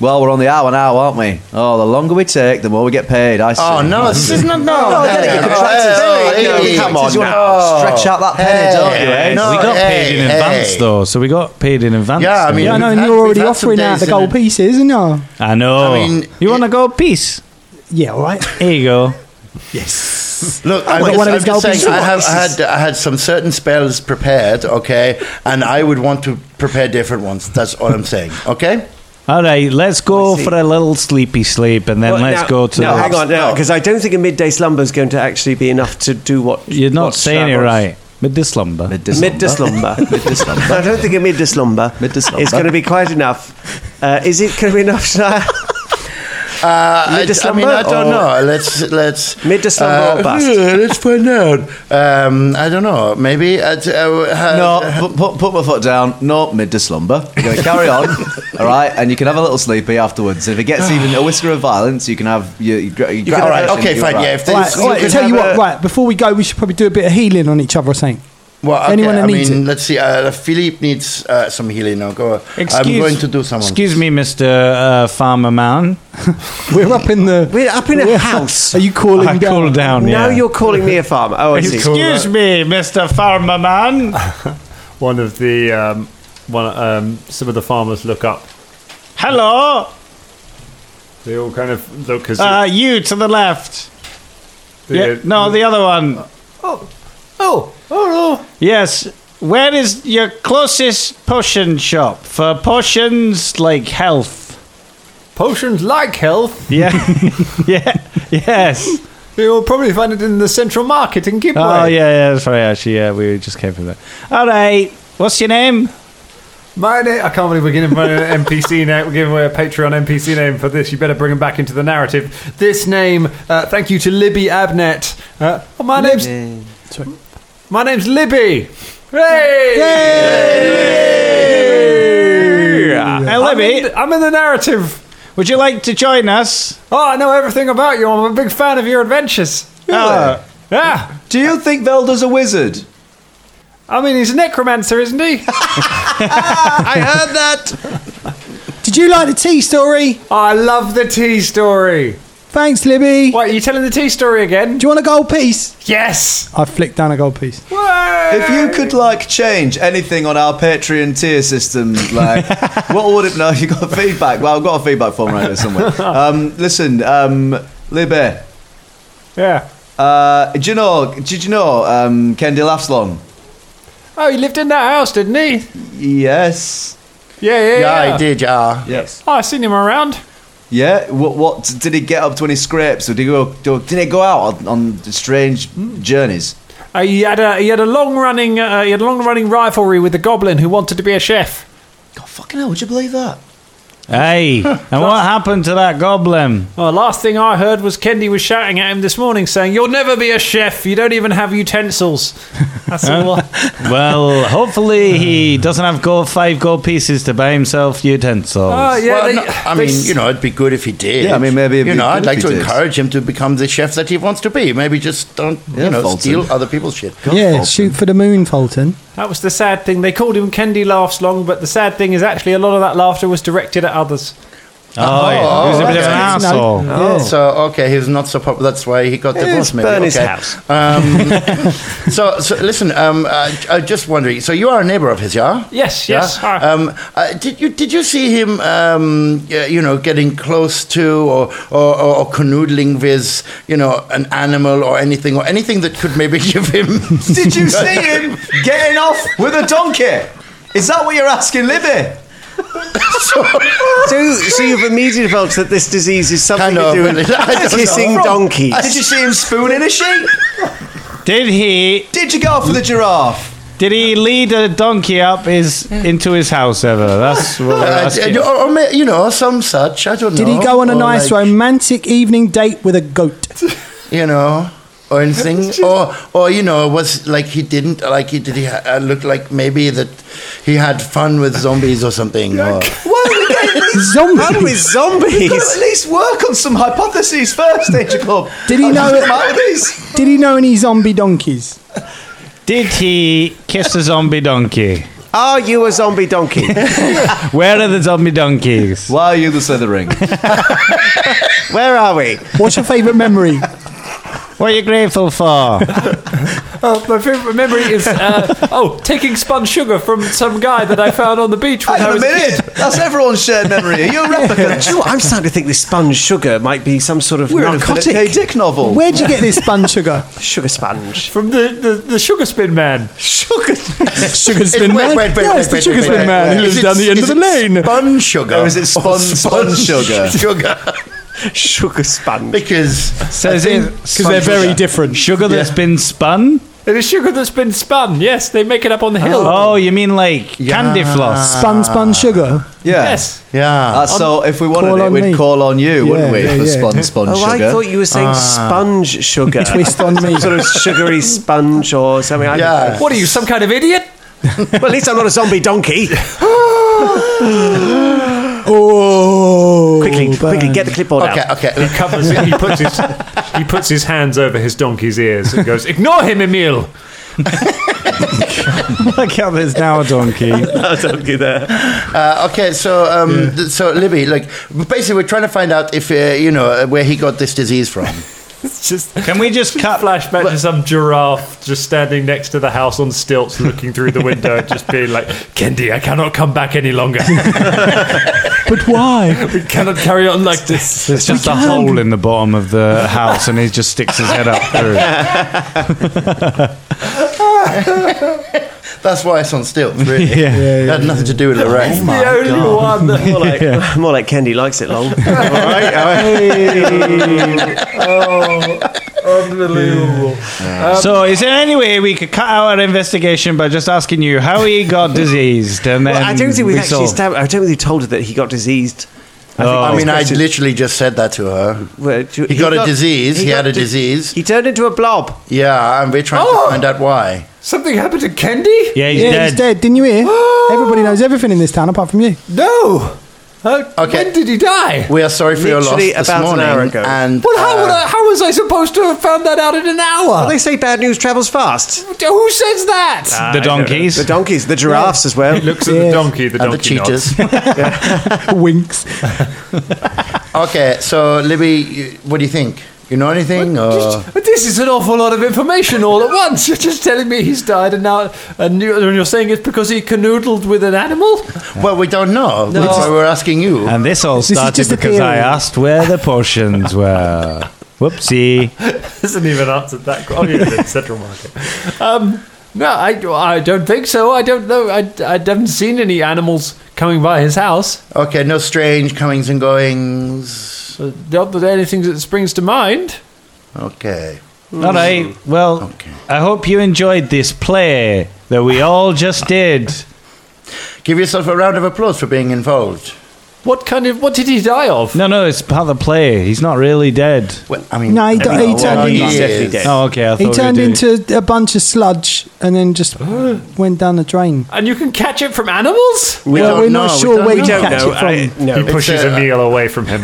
Speaker 9: Well, we're on the hour now, aren't we? Oh, the longer we take, the more we get paid. I see.
Speaker 4: Oh no, this is not no.
Speaker 9: I get it. You're contracted.
Speaker 4: hey, hey,
Speaker 9: Come on
Speaker 4: hey,
Speaker 9: now.
Speaker 4: hey,
Speaker 9: Stretch out that penny,
Speaker 4: hey,
Speaker 9: don't you, eh?
Speaker 4: hey, no,
Speaker 11: we got
Speaker 4: hey,
Speaker 11: paid in
Speaker 4: hey.
Speaker 11: advance though, so we got paid in advance.
Speaker 4: Yeah, I
Speaker 11: though.
Speaker 4: mean-
Speaker 6: Yeah, I know,
Speaker 4: we've
Speaker 6: and
Speaker 4: had-
Speaker 6: you're already
Speaker 4: we've had some
Speaker 6: offering out the
Speaker 4: days
Speaker 6: gold
Speaker 4: in-
Speaker 6: pieces, isn't you?
Speaker 11: I
Speaker 4: I
Speaker 11: know.
Speaker 4: mean,
Speaker 11: you
Speaker 4: it-
Speaker 11: want a gold piece?
Speaker 6: Yeah, all right.
Speaker 11: Here you go.
Speaker 4: Yes. Look,
Speaker 6: I
Speaker 4: I'm
Speaker 6: got
Speaker 4: just,
Speaker 6: one of
Speaker 4: I'm
Speaker 6: his
Speaker 4: just
Speaker 6: golden
Speaker 4: saying, I, have, I,
Speaker 6: swords.
Speaker 4: had, I had some certain spells prepared, okay, and I would want to prepare different ones. That's all I'm saying, okay?
Speaker 11: All right, let's go for a little sleepy sleep, and then
Speaker 10: Well,
Speaker 11: let's
Speaker 10: now-
Speaker 11: go to.
Speaker 10: now,
Speaker 11: the
Speaker 10: hang on now, because I don't think a midday slumber is going to actually be enough to do what
Speaker 11: You're not
Speaker 10: what
Speaker 11: saying it
Speaker 10: Stavros-
Speaker 11: right. Midday slumber.
Speaker 10: Midday slumber. I don't think a midday slumber is going to be quite enough. Uh, is it going to be enough, Shania?
Speaker 4: Uh, I,
Speaker 10: Midday
Speaker 4: I mean,
Speaker 10: slumber
Speaker 4: I don't
Speaker 10: or-
Speaker 4: know. Let's let's uh,
Speaker 10: mid to slumber or bust?
Speaker 4: Let's find out. Um, I don't know. Maybe uh, t- uh, ha-
Speaker 9: No, put, put, put my foot down. No, mid to slumber. You're going to carry on, all right? And you can have a little sleepy afterwards. If it gets even a whisker of violence, you can have your. your, your
Speaker 4: can- all right,
Speaker 9: gratification,
Speaker 4: okay,
Speaker 9: you're
Speaker 4: fine, yeah, if
Speaker 6: Right, all right, tell you what, right, before we go, we should probably do a bit of healing on each other or something.
Speaker 4: Well, okay,
Speaker 6: Anyone that
Speaker 4: I
Speaker 6: needs
Speaker 4: mean, let's see. Uh, Philippe needs uh, some healing now. Go. I'm going to do someone.
Speaker 11: Excuse me, Mister uh, Farmer Man.
Speaker 6: we're up in the.
Speaker 10: We're up in a
Speaker 6: we're-
Speaker 10: house.
Speaker 6: Are you calling
Speaker 11: I
Speaker 6: down?
Speaker 11: call down.
Speaker 10: Now
Speaker 11: yeah.
Speaker 10: you're calling me a farmer. Oh, I see.
Speaker 11: Excuse me, Mister Farmer Man.
Speaker 5: One of the um, one um, some of the farmers look up.
Speaker 11: Hello.
Speaker 5: They all kind of look as
Speaker 11: Uh, you to the left.
Speaker 5: The- uh,
Speaker 11: Yeah, no, the other one.
Speaker 5: oh oh
Speaker 11: Yes. Where is your closest potion shop for potions like health?
Speaker 5: potions like health.
Speaker 11: Yeah. yeah. Yes.
Speaker 5: You'll probably find it in the central market in Kibwe.
Speaker 11: Oh, yeah, yeah, that's right, actually, yeah, we just came from that. All right, what's your name?
Speaker 5: My name. I can't believe we're giving away an NPC name. We're giving away a Patreon NPC name for this. You better bring him back into the narrative. This name. Uh, thank you to Libby Abnett. Uh, oh, my name's. My name's Libby. Hey!
Speaker 11: Hey,
Speaker 5: I'm
Speaker 11: Libby.
Speaker 5: in, the- I'm in the narrative.
Speaker 11: Would you like to join us?
Speaker 5: Oh, I know everything about you. I'm a big fan of your adventures. Ah.
Speaker 11: Uh,
Speaker 5: Yeah.
Speaker 9: Do you think Velda's a wizard?
Speaker 5: I mean, he's a necromancer, isn't he?
Speaker 9: I heard that.
Speaker 6: Did you like the tea story?
Speaker 5: Oh, I love the tea story.
Speaker 6: Thanks, Libby.
Speaker 5: Wait, are you telling the tea story again?
Speaker 6: Do you want a gold piece?
Speaker 5: Yes.
Speaker 6: I flicked down a gold piece.
Speaker 9: If you could like change anything on our Patreon tier system, like what would it? No, you got feedback. Well, I've got a feedback form right here somewhere. Um, listen, um, Libby.
Speaker 5: Yeah.
Speaker 9: Uh, do you know? Did you know um, Kendall Afslon?
Speaker 5: Oh, he lived in that house, didn't he?
Speaker 9: Yes.
Speaker 5: Yeah, yeah,
Speaker 4: yeah,
Speaker 5: yeah.
Speaker 4: I did. Yeah.
Speaker 9: Yes.
Speaker 5: Oh, I seen him around.
Speaker 9: Yeah. What? What did he get up to? Any scrapes? Or did he go? do- Did he go out on, on strange journeys?
Speaker 5: Uh, he had a he had a long running uh, he had a long running rivalry with the goblin who wanted to be a chef.
Speaker 9: God, fucking hell! Would you believe that?
Speaker 11: hey, and what happened to that goblin?
Speaker 5: Well, Oh, last thing I heard was Kendi was shouting at him this morning, saying, "You'll never be a chef. You don't even have utensils." That's all. Hmm.
Speaker 11: Well, hopefully he doesn't have gold, five gold pieces to buy himself utensils.
Speaker 5: Oh, yeah.
Speaker 4: well,
Speaker 5: they-
Speaker 4: no, I
Speaker 5: they
Speaker 4: mean,
Speaker 5: s-
Speaker 4: you know, it'd be good if he did.
Speaker 9: Yeah, I mean, maybe it'd
Speaker 4: you
Speaker 9: be
Speaker 4: know,
Speaker 9: good
Speaker 4: I'd
Speaker 9: if
Speaker 4: like
Speaker 9: he
Speaker 4: to
Speaker 9: did.
Speaker 4: encourage him to become the chef that he wants to be. Maybe just don't,
Speaker 9: Yeah,
Speaker 4: you know,
Speaker 9: Fulton.
Speaker 4: steal other people's shit.
Speaker 6: yeah,
Speaker 9: Fulton.
Speaker 6: shoot for the moon, Fulton.
Speaker 5: That was the sad thing. They called him Kendi laughs long, but the sad thing is actually a lot of that laughter was directed at others.
Speaker 11: Oh, yeah. He was a bit of an
Speaker 6: that's good to
Speaker 11: asshole.
Speaker 6: know.
Speaker 4: Oh. So okay, he's not so popular. That's why he got divorced. Maybe.
Speaker 10: burn his
Speaker 4: okay.
Speaker 10: house.
Speaker 4: Um, so, so listen. Um, uh, I'm just wondering. So you are a neighbor of his, yeah?
Speaker 5: Yes,
Speaker 4: Yeah?
Speaker 5: yes. Ah.
Speaker 4: Um, uh, did you did you see him? Um, yeah, you know, getting close to or, or or or canoodling with you know an animal or anything or anything that could maybe give him.
Speaker 9: Did you see him getting off with a donkey? Is that what you're asking, Libby?
Speaker 10: So, so you've immediately felt that this disease is something
Speaker 4: Kind of.
Speaker 10: to do
Speaker 4: I don't know.
Speaker 10: with kissing donkeys.
Speaker 9: Did you see him spooning a sheep?
Speaker 11: Did he?
Speaker 9: Did you go for the giraffe?
Speaker 11: Did he lead a donkey up his into his house ever? That's what we're
Speaker 4: Uh,
Speaker 11: asking.
Speaker 4: or, or may- you know, some such. I don't know.
Speaker 6: Did he go on a
Speaker 4: Or
Speaker 6: nice
Speaker 4: like-
Speaker 6: romantic evening date with a goat?
Speaker 4: you know, or anything, or or you know, was like he didn't like he did he ha- uh, look like maybe that he had fun with zombies or something. Or,
Speaker 9: Well, we can
Speaker 10: Fun with
Speaker 6: Zombie.
Speaker 10: zombies.
Speaker 9: at least work on some hypotheses first, Danger Club.
Speaker 6: Did he know
Speaker 9: Oh, Come out with these.
Speaker 6: Did he know any zombie donkeys?
Speaker 11: Did he kiss a zombie donkey?
Speaker 10: Are you a zombie donkey?
Speaker 11: Where are the zombie donkeys?
Speaker 9: Why are you the Slytherin?
Speaker 10: Where are we?
Speaker 6: What's your favourite memory?
Speaker 11: What are you grateful for?
Speaker 5: Oh, my favourite memory is uh, oh, taking spun sugar from some guy that I found on the beach when I was a kid.
Speaker 9: That's everyone's shared memory. Are you a
Speaker 10: Do you know what? I'm starting to think this sponge sugar might be some sort of
Speaker 9: We're a
Speaker 10: narcotic.
Speaker 9: Philip K. Dick novel.
Speaker 6: Where'd you get this sponge sugar?
Speaker 10: sugar sponge.
Speaker 5: From the, the, the Sugar Spin Man.
Speaker 10: Sugar.
Speaker 6: Sugar Spin Man? Yes, the Sugar Spin Man. He lives down the end of the lane.
Speaker 4: Spun sugar.
Speaker 9: Or Oh, is it spun- spun sugar?
Speaker 4: Sugar.
Speaker 10: Sugar sponge.
Speaker 4: Because
Speaker 11: Says
Speaker 4: I
Speaker 11: it
Speaker 4: think
Speaker 11: because
Speaker 6: Because they're very different.
Speaker 11: Sugar that's been spun.
Speaker 5: It is sugar that's been spun. Yes, they make it up on the hill.
Speaker 11: Oh, you mean like candy floss?
Speaker 10: Ah.
Speaker 6: Spun, spun sugar.
Speaker 9: Yeah.
Speaker 5: Yes.
Speaker 4: Yeah.
Speaker 9: Uh, so if we wanted
Speaker 6: Call
Speaker 9: it,
Speaker 6: on
Speaker 9: we'd
Speaker 6: me.
Speaker 9: call on you, wouldn't
Speaker 6: Yeah,
Speaker 9: we,
Speaker 6: yeah,
Speaker 9: for
Speaker 6: yeah.
Speaker 9: spun spun
Speaker 10: Oh,
Speaker 9: sugar?
Speaker 10: I thought you were saying sponge sugar.
Speaker 6: Twist on me.
Speaker 10: sort of sugary sponge or something. I don't
Speaker 4: Yeah.
Speaker 10: know.
Speaker 5: What are you, some kind of idiot?
Speaker 10: Well, at least I'm not a zombie donkey.
Speaker 6: Oh.
Speaker 10: Quickly, quickly, get the clipboard
Speaker 4: Okay,
Speaker 10: out.
Speaker 4: okay.
Speaker 5: He covers it. He puts his he puts his hands over his donkey's ears and goes, "Ignore him, Emil."
Speaker 11: Look how there's now a donkey.
Speaker 4: Uh, okay, so um, th- so Libby, like basically, we're trying to find out if uh, you know uh, where he got this disease from.
Speaker 11: Can we just cut?
Speaker 5: Flashback to some giraffe just standing next to the house on stilts, looking through the window, and just being like, "Kendi, I cannot come back any longer.
Speaker 6: But why?
Speaker 5: We cannot carry on like this."
Speaker 11: There's just a hole in the bottom of the house, and he just sticks his head up through.
Speaker 4: That's why it's on stilts. Really,
Speaker 11: Yeah. Yeah,
Speaker 4: It had nothing to do with the rain.
Speaker 5: The only one that
Speaker 10: More like, more like Candy likes it long.
Speaker 11: so, is there any way we could cut out our investigation by just asking you how he got diseased? And then
Speaker 10: Well, I don't think we've
Speaker 11: we
Speaker 10: actually
Speaker 11: solve?
Speaker 10: established. I don't think we told her that he got diseased.
Speaker 4: I mean, I literally just said that to her.
Speaker 10: Well, do-
Speaker 4: He, got, a disease. He,
Speaker 10: got
Speaker 4: had a
Speaker 10: di-
Speaker 4: disease.
Speaker 10: He turned into a blob.
Speaker 4: yeah, and we're trying to find out why.
Speaker 5: something happened to Kendi.
Speaker 11: Yeah, he's
Speaker 6: Yeah,
Speaker 11: dead.
Speaker 6: he's dead. Didn't you hear? Everybody knows everything in this town apart from you.
Speaker 5: No. Uh,
Speaker 4: Okay.
Speaker 5: When did he die?
Speaker 4: We are sorry for your loss
Speaker 10: Literally
Speaker 4: this
Speaker 10: about an
Speaker 4: morning.
Speaker 10: hour ago.
Speaker 4: And
Speaker 5: Well, how,
Speaker 4: uh,
Speaker 5: would I, how was I supposed to have found that out in an hour?
Speaker 10: Well, they say bad news travels fast.
Speaker 5: Who says that?
Speaker 11: the donkeys.
Speaker 10: The donkeys, the giraffes as well.
Speaker 5: Looks at the
Speaker 6: Yes.
Speaker 5: donkey. The
Speaker 4: and
Speaker 5: donkey
Speaker 4: the cheaters.
Speaker 6: Winks.
Speaker 4: okay, so Libby, you, what do you think? You know anything? Or?
Speaker 5: But this is an awful lot of information all at once. You're just telling me he's died, and now and, you, and you're saying it's because he canoodled with an animal.
Speaker 4: Well, we don't know. That's why we're asking you.
Speaker 11: and this all
Speaker 6: is
Speaker 11: started
Speaker 6: just a
Speaker 11: because I
Speaker 6: theory.
Speaker 11: asked where the potions were. Whoopsie.
Speaker 5: Hasn't even answered that. que- Oh, yeah, the Central Market. Um, no, I, I don't think so. I don't know. I, I haven't seen any animals coming by his house.
Speaker 4: Okay, no strange comings and goings.
Speaker 5: So not that anything that springs to mind.
Speaker 4: Okay.
Speaker 11: All right. Well,
Speaker 4: Okay.
Speaker 11: I hope you enjoyed this play that we all just did.
Speaker 4: Give yourself a round of applause for being involved.
Speaker 5: What kind of what did he die of?
Speaker 11: No, no, it's part of the play. He's not really dead.
Speaker 4: Well, I mean,
Speaker 6: No, he,
Speaker 4: everyone-
Speaker 6: got, he
Speaker 4: well,
Speaker 6: turned,
Speaker 4: he
Speaker 10: he's
Speaker 4: is.
Speaker 6: in,
Speaker 10: definitely dead.
Speaker 11: Oh, okay. I thought
Speaker 6: he
Speaker 11: we
Speaker 6: turned
Speaker 11: were doing-
Speaker 6: into a bunch of sludge and then just went down the drain.
Speaker 5: And you can catch it from animals.
Speaker 4: We
Speaker 6: well,
Speaker 4: don't
Speaker 6: we're not
Speaker 4: know, we
Speaker 6: sure
Speaker 4: don't
Speaker 6: where you
Speaker 4: know.
Speaker 6: catch it from.
Speaker 10: I- no.
Speaker 4: It's, pushes uh, Emil
Speaker 5: away from him.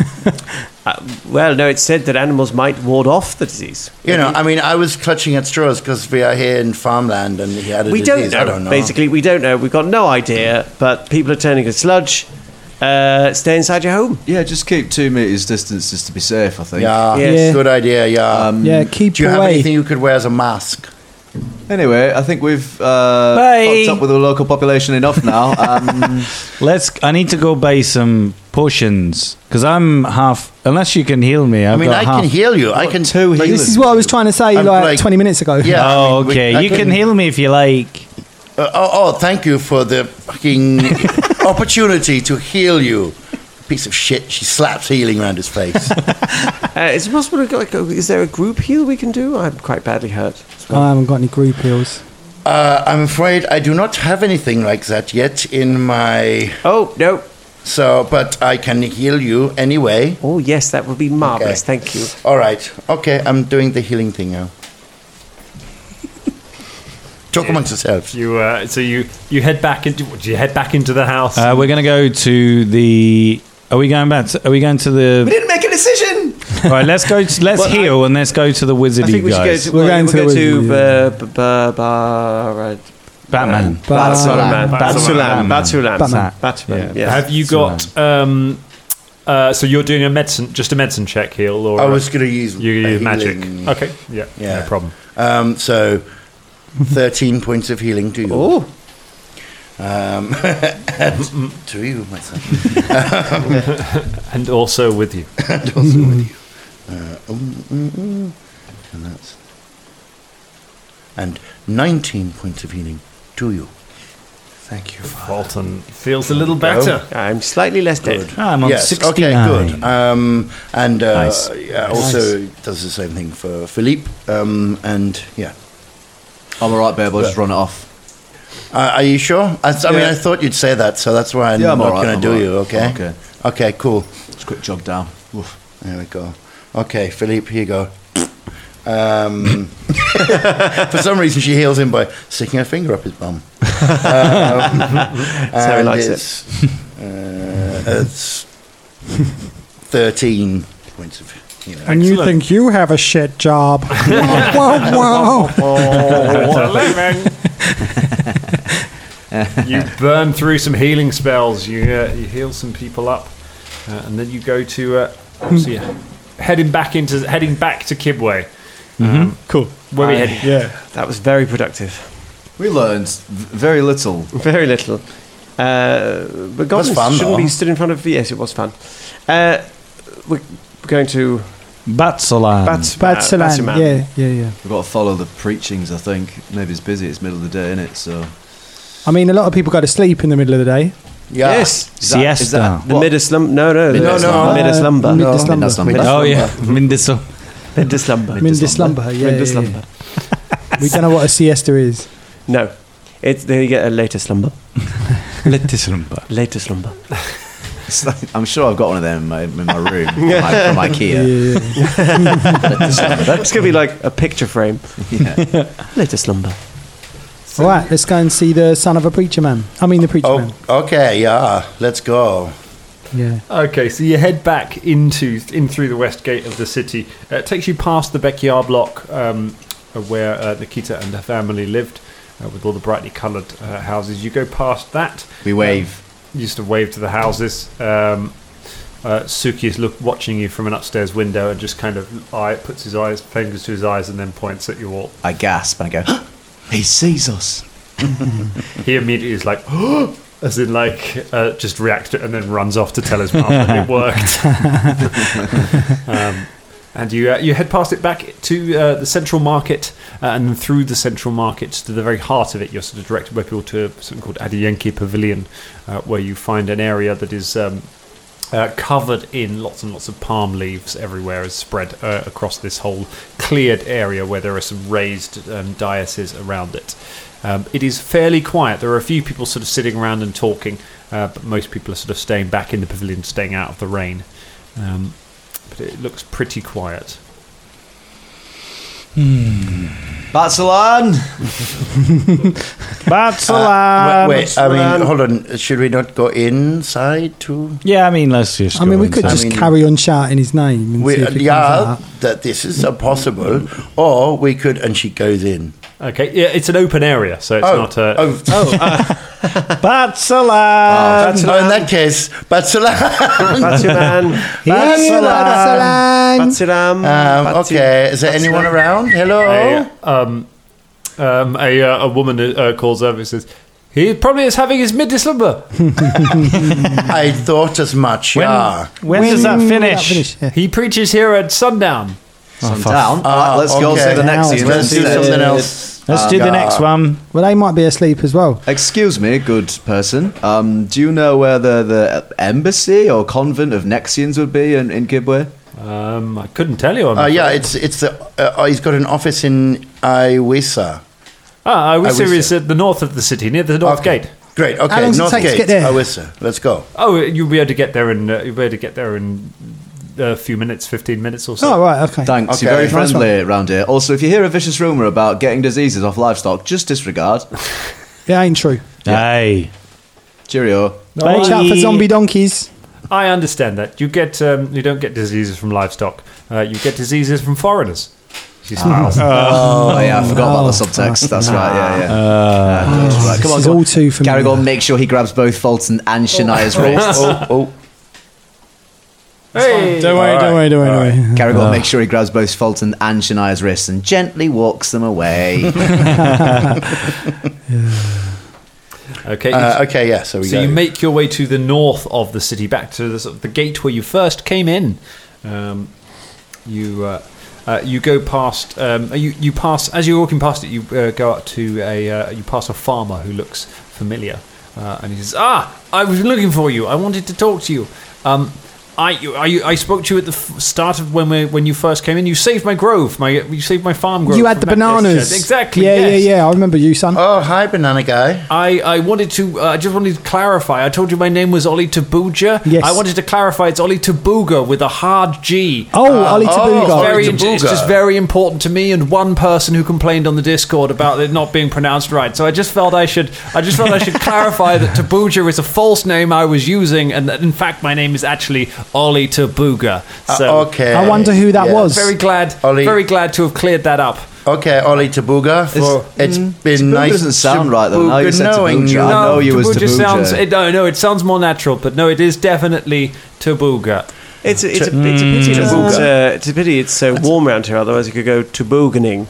Speaker 10: Well, no, it's said that animals might ward off the disease.
Speaker 4: You know, I mean, I was clutching at straws because we are here in farmland and he had a
Speaker 10: We
Speaker 4: disease.
Speaker 10: don't know.
Speaker 4: I don't know.
Speaker 10: Basically, we don't know. We've got no idea, but people are turning to sludge. Uh, stay inside your home.
Speaker 9: Yeah, just keep two meters distance just to be safe. I think.
Speaker 4: Yeah,
Speaker 10: Yes.
Speaker 4: good idea. Yeah.
Speaker 11: Um,
Speaker 6: Yeah, keep
Speaker 4: Do you have
Speaker 6: away.
Speaker 4: anything you could wear as a mask?
Speaker 9: Anyway, I think we've uh,
Speaker 11: Bye.
Speaker 9: fucked up with the local population enough now. Um,
Speaker 11: Let's. I need to go buy some potions because I'm half. Unless you can heal me, I've
Speaker 4: I mean,
Speaker 11: got
Speaker 4: I
Speaker 11: half.
Speaker 4: can heal you. I can.
Speaker 9: two healers.
Speaker 6: This is what I was trying to say
Speaker 4: I'm
Speaker 6: like,
Speaker 4: like-
Speaker 6: 20 minutes ago.
Speaker 4: Yeah. I
Speaker 11: Oh,
Speaker 4: mean, we-
Speaker 11: okay.
Speaker 4: I
Speaker 11: you can
Speaker 4: can-
Speaker 11: heal me if you like.
Speaker 4: Uh, oh, oh, thank you for the fucking opportunity to heal you. Piece of shit. She slaps healing around his face.
Speaker 10: Uh, is it possible to go, like, uh, Is there a group heal we can do? I'm quite badly hurt. as well.
Speaker 6: I haven't got any group heals.
Speaker 4: uh, I'm afraid I do not have anything like that yet in my.
Speaker 10: oh no!
Speaker 4: So, but I can heal you anyway.
Speaker 10: Oh yes, that would be marvelous.
Speaker 4: Okay.
Speaker 10: Thank you.
Speaker 4: All right. Okay, I'm doing the healing thing now. Talk amongst yourselves.
Speaker 5: You uh, so you you head back into do you head back into the house?
Speaker 11: Uh, we're gonna go to the. Are we going back? To, are we going to
Speaker 9: we
Speaker 11: the?
Speaker 9: didn't make a decision.
Speaker 11: All right. Let's go. To, let's
Speaker 10: Well, I-
Speaker 11: heal and let's go to the
Speaker 10: I
Speaker 11: wizardy
Speaker 10: think we should go
Speaker 11: guys.
Speaker 10: to,
Speaker 6: We're
Speaker 10: we'll,
Speaker 6: going
Speaker 10: we'll
Speaker 6: to
Speaker 10: go
Speaker 6: the
Speaker 10: to
Speaker 6: wizard.
Speaker 10: b- b- b- bar- right.
Speaker 11: Batman.
Speaker 10: Batsulan. Batsulan.
Speaker 11: Batsulan.
Speaker 10: Batsulan.
Speaker 6: uh, Batman.
Speaker 10: Batsulan.
Speaker 11: Yeah.
Speaker 10: yes.
Speaker 5: Uh, Have you got um, uh, so you're doing a medicine just a medicine check heal or
Speaker 4: I was going to use
Speaker 5: you
Speaker 4: a
Speaker 5: use magic?
Speaker 4: healing.
Speaker 5: Okay, yeah,
Speaker 4: Yeah.
Speaker 5: no problem.
Speaker 4: Um, so 13 points of healing to you. Oh. Um, and to you, my son.
Speaker 5: and also with you.
Speaker 4: and also with you. Uh, mm, mm, mm. and that's. And 19 points of healing to you.
Speaker 5: Thank you, Walton. Feels a little better.
Speaker 4: I'm slightly less dead.
Speaker 5: I'm on
Speaker 4: yes,
Speaker 5: 69.
Speaker 4: Okay, good. Um, and uh,
Speaker 5: Nice.
Speaker 4: yeah, also does the same thing for Philippe. Um, and yeah.
Speaker 9: I'm all right, Babe. I'll just run it off.
Speaker 4: Uh, are you sure? I, th- I mean,
Speaker 9: Yeah.
Speaker 4: I thought you'd say that, so that's why I'm
Speaker 9: Yeah, I'm
Speaker 4: not
Speaker 9: all right,
Speaker 4: going
Speaker 9: I'm
Speaker 4: to do
Speaker 9: all right.
Speaker 4: you. Okay.
Speaker 9: I'm okay.
Speaker 4: Okay. Cool.
Speaker 9: Just quick jog down. Oof.
Speaker 4: There we go. Okay, Philippe, here you go. Um, for some reason, she heals him by sticking her finger up his bum. Um,
Speaker 10: That's how he
Speaker 4: and
Speaker 10: likes it.
Speaker 4: it's, Uh, it's thirteen points of. You know,
Speaker 6: And you think you have a shit job. whoa, whoa, whoa.
Speaker 5: you burn through some healing spells. You uh, you heal some people up, uh, and then you go to uh, so yeah, heading back into heading back to Kibwe. Um,
Speaker 10: cool.
Speaker 5: Where we heading?
Speaker 10: Yeah, that was very productive.
Speaker 9: We learned very little.
Speaker 10: Very little. Uh, but
Speaker 9: was
Speaker 10: goblins
Speaker 9: fun,
Speaker 10: shouldn't
Speaker 9: though.
Speaker 10: be stood in front of. Yes, it was fun. Uh, we're we're going to
Speaker 11: Batsalan.
Speaker 10: Bats- Batsalan, Batsuman.
Speaker 6: yeah, yeah, yeah.
Speaker 9: We've got to follow the preachings, I think. Maybe it's busy. It's middle of the day, isn't it? So.
Speaker 6: I mean, a lot of people go to sleep in the middle of the day.
Speaker 5: Ah.
Speaker 9: Yes. Is that- is that
Speaker 10: the
Speaker 9: what?
Speaker 10: mid slumber. No, no,
Speaker 9: Midday
Speaker 10: no,
Speaker 9: slumber.
Speaker 10: no.
Speaker 6: Ah.
Speaker 10: Mid slumber.
Speaker 9: Uh, midday slumber. Midday slumber.
Speaker 11: Oh, yeah. Mindisum.
Speaker 10: Mid slumber.
Speaker 6: Midday slumber, yeah, yeah,
Speaker 10: Midday slumber.
Speaker 6: We don't know what a siesta is.
Speaker 10: No, it's then you get a later slumber.
Speaker 11: later slumber.
Speaker 10: Later slumber.
Speaker 9: It's like- I'm sure I've got one of them in my, in my room from,
Speaker 10: Yeah.
Speaker 9: I- from IKEA.
Speaker 10: That's gonna be like a picture frame.
Speaker 9: Yeah.
Speaker 10: later slumber.
Speaker 6: All right, let's go and see the son of a preacher man. I mean, the preacher
Speaker 4: Oh.
Speaker 6: man.
Speaker 4: okay, yeah, let's go.
Speaker 6: Yeah.
Speaker 5: Okay, so you head back into in through the west gate of the city. Uh, it takes you past the Beckyar block um, uh, where uh, Nikita and her family lived, uh, with all the brightly coloured uh, houses. You go past that.
Speaker 9: We wave.
Speaker 5: Um, used to wave to the houses. Um, uh, Suki is look, watching you from an upstairs window and just kind of eye, puts his eyes fingers to his eyes and then points at you all.
Speaker 9: I gasp and I go, he sees us.
Speaker 5: He immediately is like, as in like, uh, just reacts to it and then runs off to tell his mum that it worked. um, and you uh, you head past it back to uh, the central market uh, and then through the central market to the very heart of it. You're sort of directed by people to something called Adiyenki Pavilion, uh, where you find an area that is. Um, uh, covered in lots and lots of palm leaves everywhere is spread uh, across this whole cleared area where there are some raised um, dioceses around it. Um, it is fairly quiet. There are a few people sort of sitting around and talking, uh, but most people are sort of staying back in the pavilion, staying out of the rain. Um, but it looks pretty quiet.
Speaker 9: Batsalan!
Speaker 4: Uh,
Speaker 11: Batsalan!
Speaker 4: wait, wait, I mean, hold on. Should we not go inside to?
Speaker 11: Yeah, I mean, let's just.
Speaker 6: I mean,
Speaker 11: go
Speaker 6: we could
Speaker 11: inside.
Speaker 6: just
Speaker 4: I mean-
Speaker 6: carry on shouting his name and
Speaker 4: We,
Speaker 6: see if he
Speaker 4: yeah,
Speaker 6: comes out.
Speaker 4: that this is impossible, or we could. And she goes in.
Speaker 5: Okay, yeah, it's an open area, so it's
Speaker 4: Oh,
Speaker 5: not a.
Speaker 4: oh,
Speaker 9: Uh,
Speaker 11: Batsalan!
Speaker 4: That's in that case, Batsalan.
Speaker 10: Batsuman.
Speaker 4: Batsalan.
Speaker 10: Batsulam.
Speaker 4: Um, okay, is there anyone around?
Speaker 6: Oh.
Speaker 4: Hello?
Speaker 5: A, um, um, a, uh, a woman uh, calls over and says, He probably is having his midday slumber.
Speaker 4: I thought as much, yeah.
Speaker 11: When, does that finish?
Speaker 5: He preaches here at sundown.
Speaker 9: Sun down. All right, let's go
Speaker 4: Ah, okay.
Speaker 9: to the next
Speaker 6: Let's
Speaker 9: scene.
Speaker 4: do something else.
Speaker 11: Let's do the next one.
Speaker 6: Well, they might be asleep as well.
Speaker 9: Excuse me, good person. Um, do you know where the, the embassy or convent of Nexians would be in, in Kibwe?
Speaker 5: Um, I couldn't tell you. I'm
Speaker 4: Uh, yeah,
Speaker 5: afraid.
Speaker 4: it's it's the uh, oh, he's got an office in Iwisa.
Speaker 5: Ah, I was
Speaker 4: Iwisa.
Speaker 5: serious at the north of the city, near the north gate.
Speaker 4: Great.
Speaker 6: How
Speaker 4: Okay,
Speaker 6: long does it
Speaker 4: North
Speaker 6: take to
Speaker 4: Gate,
Speaker 6: get there?
Speaker 4: Iwisa. Let's go.
Speaker 5: Oh, you'll be able to get there in uh, you'll be able to get there in uh, a few minutes, fifteen minutes or so.
Speaker 6: Oh, right, okay.
Speaker 9: Thanks, you're
Speaker 4: Okay.
Speaker 9: very friendly around here. Also, if you hear a vicious rumour about getting diseases off livestock, just disregard.
Speaker 6: It ain't true.
Speaker 11: Hey.
Speaker 9: Cheerio.
Speaker 6: Watch out for zombie donkeys.
Speaker 5: I understand that you get um, you don't get diseases from livestock. Uh, you get diseases from foreigners. She smiles.
Speaker 9: Oh, yeah, I forgot about the subtext. That's right, yeah, yeah. Ah, that's right. Come on,
Speaker 6: It's
Speaker 9: come
Speaker 6: all
Speaker 9: on.
Speaker 6: too familiar.
Speaker 9: Garrigal, make sure he grabs both Fulton and Shania's
Speaker 4: Oh,
Speaker 9: wrists.
Speaker 4: oh, oh.
Speaker 5: Hey.
Speaker 6: Don't worry, don't worry, don't worry, don't worry.
Speaker 9: Caragor
Speaker 6: Oh.
Speaker 9: makes sure he grabs both Fulton and Shania's wrists and gently walks them away.
Speaker 5: Okay.
Speaker 9: Uh, okay, yeah, so we
Speaker 5: so
Speaker 9: go.
Speaker 5: you make your way to the north of the city, back to the, sort of the gate where you first came in. Um, you uh, uh, you go past. Um, you you pass as you're walking past it. You uh, go up to a. Uh, you pass a farmer who looks familiar, uh, and he says, "Ah, I was looking for you. I wanted to talk to you." Um, I, you, I, I spoke to you at the f- start of when we, when you first came in. You saved my grove, my you saved my farm grove.
Speaker 6: You had the
Speaker 5: from that pest
Speaker 6: bananas.
Speaker 5: shed. exactly.
Speaker 6: Yeah,
Speaker 5: yes.
Speaker 6: yeah, yeah. I remember you, son.
Speaker 4: Oh, hi, banana guy.
Speaker 5: I, I wanted to uh, I just wanted to clarify. I told you my name was Oli Tabuja.
Speaker 6: Yes.
Speaker 5: I wanted to clarify it's Oli Tabuga with a hard G.
Speaker 6: Oh, Oli Tabuga.
Speaker 5: It's, very,
Speaker 6: Oli
Speaker 5: it's
Speaker 6: Tabuga.
Speaker 5: just very important to me and one person who complained on the Discord about it not being pronounced right. So I just felt I should I just felt I should clarify that Tabuja is a false name I was using and that in fact my name is actually Oli Tabuga. So
Speaker 4: Uh, okay.
Speaker 6: I wonder who that Yeah. was.
Speaker 5: Very glad
Speaker 4: Oli-
Speaker 5: very glad to have cleared that up.
Speaker 4: Okay, Ollie Tabuga. For, it's been
Speaker 5: Mm. Tabuga
Speaker 4: nice.
Speaker 5: doesn't sound
Speaker 9: right, though. Now you
Speaker 4: Tabuga
Speaker 9: said
Speaker 4: knowing
Speaker 9: Tabuga.
Speaker 4: you.
Speaker 9: I know you was
Speaker 5: Tabuja
Speaker 9: Tabuja.
Speaker 5: sounds. It, no, no, it sounds more natural, but no, it is definitely Tabuga.
Speaker 10: It's a, it's a, it's a pity. that
Speaker 5: Tabuga.
Speaker 10: It's, uh, it's a pity. It's so warm round here. Otherwise, you could go tobogganing.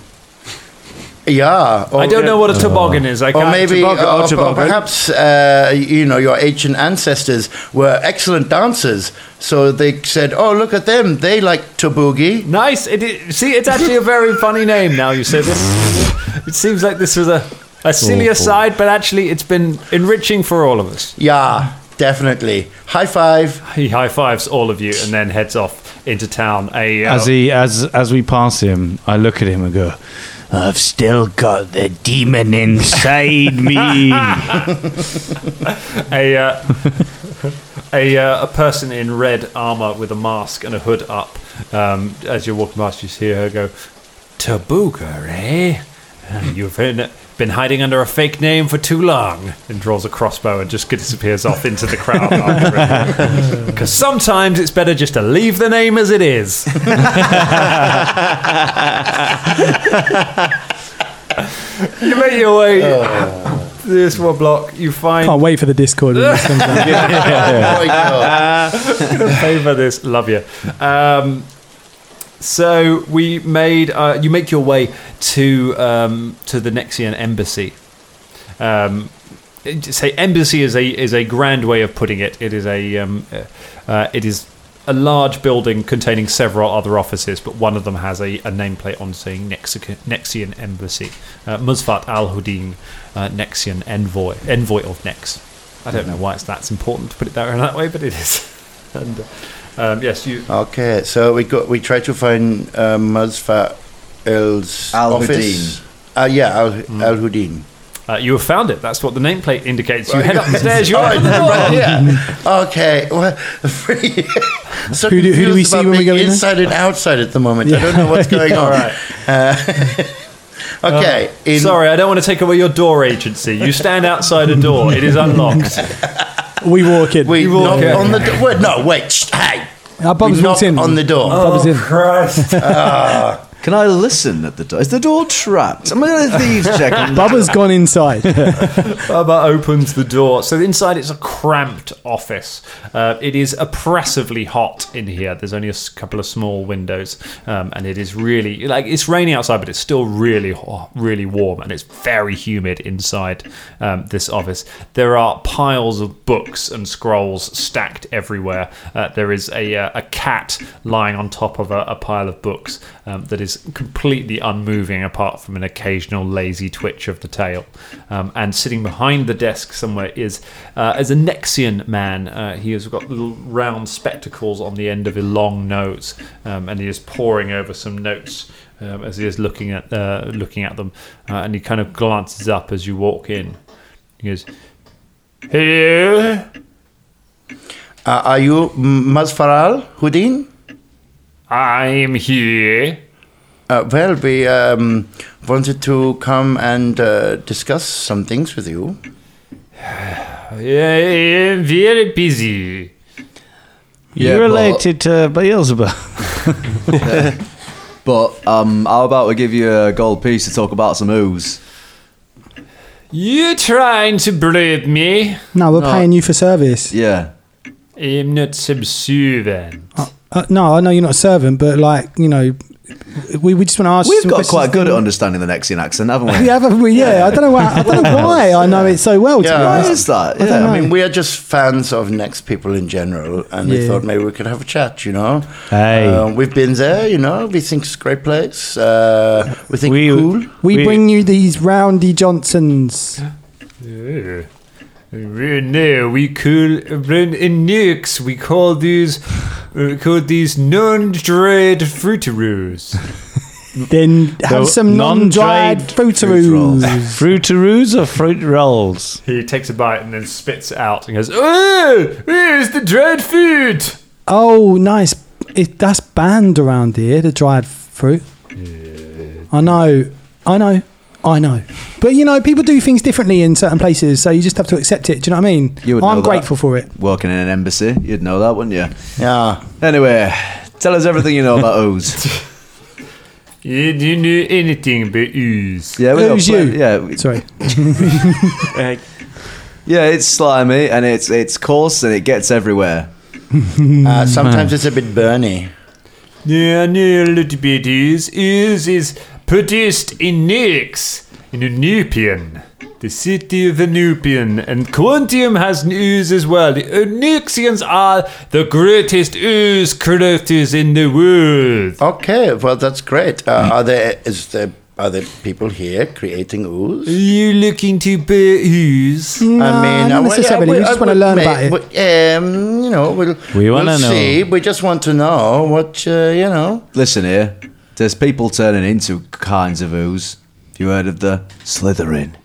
Speaker 4: Yeah.
Speaker 5: I don't know what a toboggan is. I
Speaker 4: or
Speaker 5: can't-
Speaker 4: maybe, uh,
Speaker 5: Toboggan,
Speaker 4: or,
Speaker 5: oh,
Speaker 4: or
Speaker 5: toboggan.
Speaker 4: perhaps, uh, you know, your ancient ancestors were excellent dancers, so they said, "Oh, look at them! They like taboogie."
Speaker 5: Nice. It, i- see, it's actually a very funny name. Now you say this, it seems like this was a a silly
Speaker 4: Awful.
Speaker 5: aside, but actually, it's been enriching for all of us.
Speaker 4: Yeah, definitely. High five.
Speaker 5: He high fives all of you and then heads off into town. A uh,
Speaker 11: As he as as we pass him, I look at him and go, "I've still got the demon inside me."
Speaker 5: a uh, a, uh, a person in red armor with a mask and a hood up. Um, as you're walking past, you hear her go, "Tabuga, eh? Uh, You've been, been hiding under a fake name for too long." And draws a crossbow and just disappears off into the crowd. Because sometimes it's better just to leave the name as it is. you make your way. This one block, you find
Speaker 6: Can't wait for the Discord. When this comes out.
Speaker 5: Gonna Favour this, love you. Um, so we made uh, you make your way to um, to the Nexian embassy. Um, it- say embassy is a is a grand way of putting it. It is a um, uh, uh, it is a large building containing several other offices, but one of them has a, a nameplate on saying Nexica, Nexian Embassy. Uh, Musfat Al Hudin, uh, Nexian envoy envoy of Nex. I don't know why it's that's important to put it there in that way, but it is. and uh, um, yes, you
Speaker 4: Okay, so we got we tried to find uh, Muzfat El's office. Uh, yeah, Al, Al Houdin.
Speaker 5: uh, you have found it. That's what the nameplate indicates. You
Speaker 4: Right.
Speaker 5: head up the stairs. You're
Speaker 4: Oh,
Speaker 5: at the door.
Speaker 4: right, yeah. Okay. Well, so
Speaker 6: Who do- who do we
Speaker 4: confused
Speaker 6: see
Speaker 4: about
Speaker 6: when we
Speaker 4: being
Speaker 6: go in there?
Speaker 4: inside and outside at the moment. I
Speaker 6: Yeah.
Speaker 4: don't know what's going
Speaker 6: Yeah.
Speaker 4: on.
Speaker 6: Alright.
Speaker 4: Uh, okay.
Speaker 5: Uh,
Speaker 4: in-
Speaker 5: sorry, I don't want to take away your door agency. You stand outside a door; it is unlocked.
Speaker 6: we walk in.
Speaker 4: We knock
Speaker 5: in.
Speaker 4: on the door. Wait, no, wait. Shh, hey.
Speaker 6: Our bums
Speaker 4: we knock
Speaker 6: walks in. Oh.
Speaker 4: on the door.
Speaker 6: Our bums in.
Speaker 5: Christ!
Speaker 9: Can I listen at the door? Is the door trapped? I'm going to thieves check. on that.
Speaker 6: Bubba's gone inside.
Speaker 5: Bubba opens the door. So inside, it's a cramped office. Uh, it is oppressively hot in here. There's only a s- couple of small windows, um, and it is really like it's raining outside, but it's still really, ho- really warm, and it's very humid inside um, this office. There are piles of books and scrolls stacked everywhere. Uh, there is a, uh, a cat lying on top of a, a pile of books um, that is completely unmoving apart from an occasional lazy twitch of the tail. Um, and sitting behind the desk somewhere is uh, is a Nexian man. Uh, he has got little round spectacles on the end of a long nose, um, and he is poring over some notes. Um, as he is looking at uh, looking at them, uh, and he kind of glances up as you walk in. He goes, "Hello,
Speaker 4: Uh, are you M- Masfaral Houdin?
Speaker 5: I'm here."
Speaker 4: Uh, well, we um, wanted to come and uh, discuss some things with you.
Speaker 5: I am very busy.
Speaker 11: You're related to Beelzebub.
Speaker 9: But um, how about we give you a gold piece to talk about some ooze?
Speaker 5: You trying to bribe me?
Speaker 6: No, we're
Speaker 9: No.
Speaker 6: paying you for service.
Speaker 9: Yeah.
Speaker 5: I'm not subservient.
Speaker 6: Uh, no, I know you're not a servant, but like you know, we, we just want to ask. you
Speaker 9: We've
Speaker 6: some
Speaker 9: got
Speaker 6: questions
Speaker 9: quite good
Speaker 6: that-
Speaker 9: at understanding the Nexian accent, haven't we?
Speaker 6: We have, haven't we? Yeah, I don't know. Why, I don't know why I know it so well. To be honest. I don't
Speaker 4: Yeah, I,
Speaker 6: know.
Speaker 4: mean, we are just fans of Next people in general, and we
Speaker 6: Yeah.
Speaker 4: thought maybe we could have a chat. You know,
Speaker 11: Hey.
Speaker 4: Um, we've been there. You know, we think it's a great place. Uh, we think cool.
Speaker 6: we, bring you these roundy Johnsons.
Speaker 5: Yeah. Right now, we call around in nukes. We call these we call these non-dried fruitaroos.
Speaker 6: Then have some non-dried fruitaroos.
Speaker 11: Fruitaroos or fruit rolls?
Speaker 5: He takes a bite and then spits it out and goes, "Oh, where's the dried food?"
Speaker 6: Oh, nice. It, that's banned around here. The dried fruit. I know. I know. I know. But you know, people do things differently in certain places, so you just have to accept it. Do you know what I mean?
Speaker 9: You would
Speaker 6: I'm
Speaker 9: know that.
Speaker 6: grateful for it.
Speaker 9: Working in an embassy, you'd know that, wouldn't you?
Speaker 4: Yeah.
Speaker 9: Anyway, tell us everything you know about ooze.
Speaker 5: You you knew anything about ooze?
Speaker 9: Yeah, we know
Speaker 6: Who's
Speaker 9: plen-
Speaker 6: you?
Speaker 9: Yeah, we-
Speaker 6: Sorry.
Speaker 9: yeah, it's slimy and it's it's coarse and it gets everywhere.
Speaker 11: Mm-hmm.
Speaker 4: Uh, sometimes it's a bit burny.
Speaker 5: Yeah, I know a little bit. Ooze ooze is produced in nukes in Anupian. The city of Anupian and Quantium has an ooze as well. The Anuxians are the greatest ooze creators in the world.
Speaker 4: Okay, well that's great. Uh, are there is there are there people here creating ooze?
Speaker 5: Are you looking to buy ooze?
Speaker 4: I mean, uh,
Speaker 6: not
Speaker 4: I-
Speaker 6: necessarily. We
Speaker 4: I-
Speaker 6: just
Speaker 4: I
Speaker 6: wanna
Speaker 4: would
Speaker 6: learn
Speaker 4: ma-
Speaker 6: about it.
Speaker 4: would- Um, you know, we'll,
Speaker 11: We wanna
Speaker 4: we'll
Speaker 11: know.
Speaker 4: see. We just want to know what uh, you know.
Speaker 9: Listen here, there's people turning into kinds of ooze. Have you heard of the Slytherin?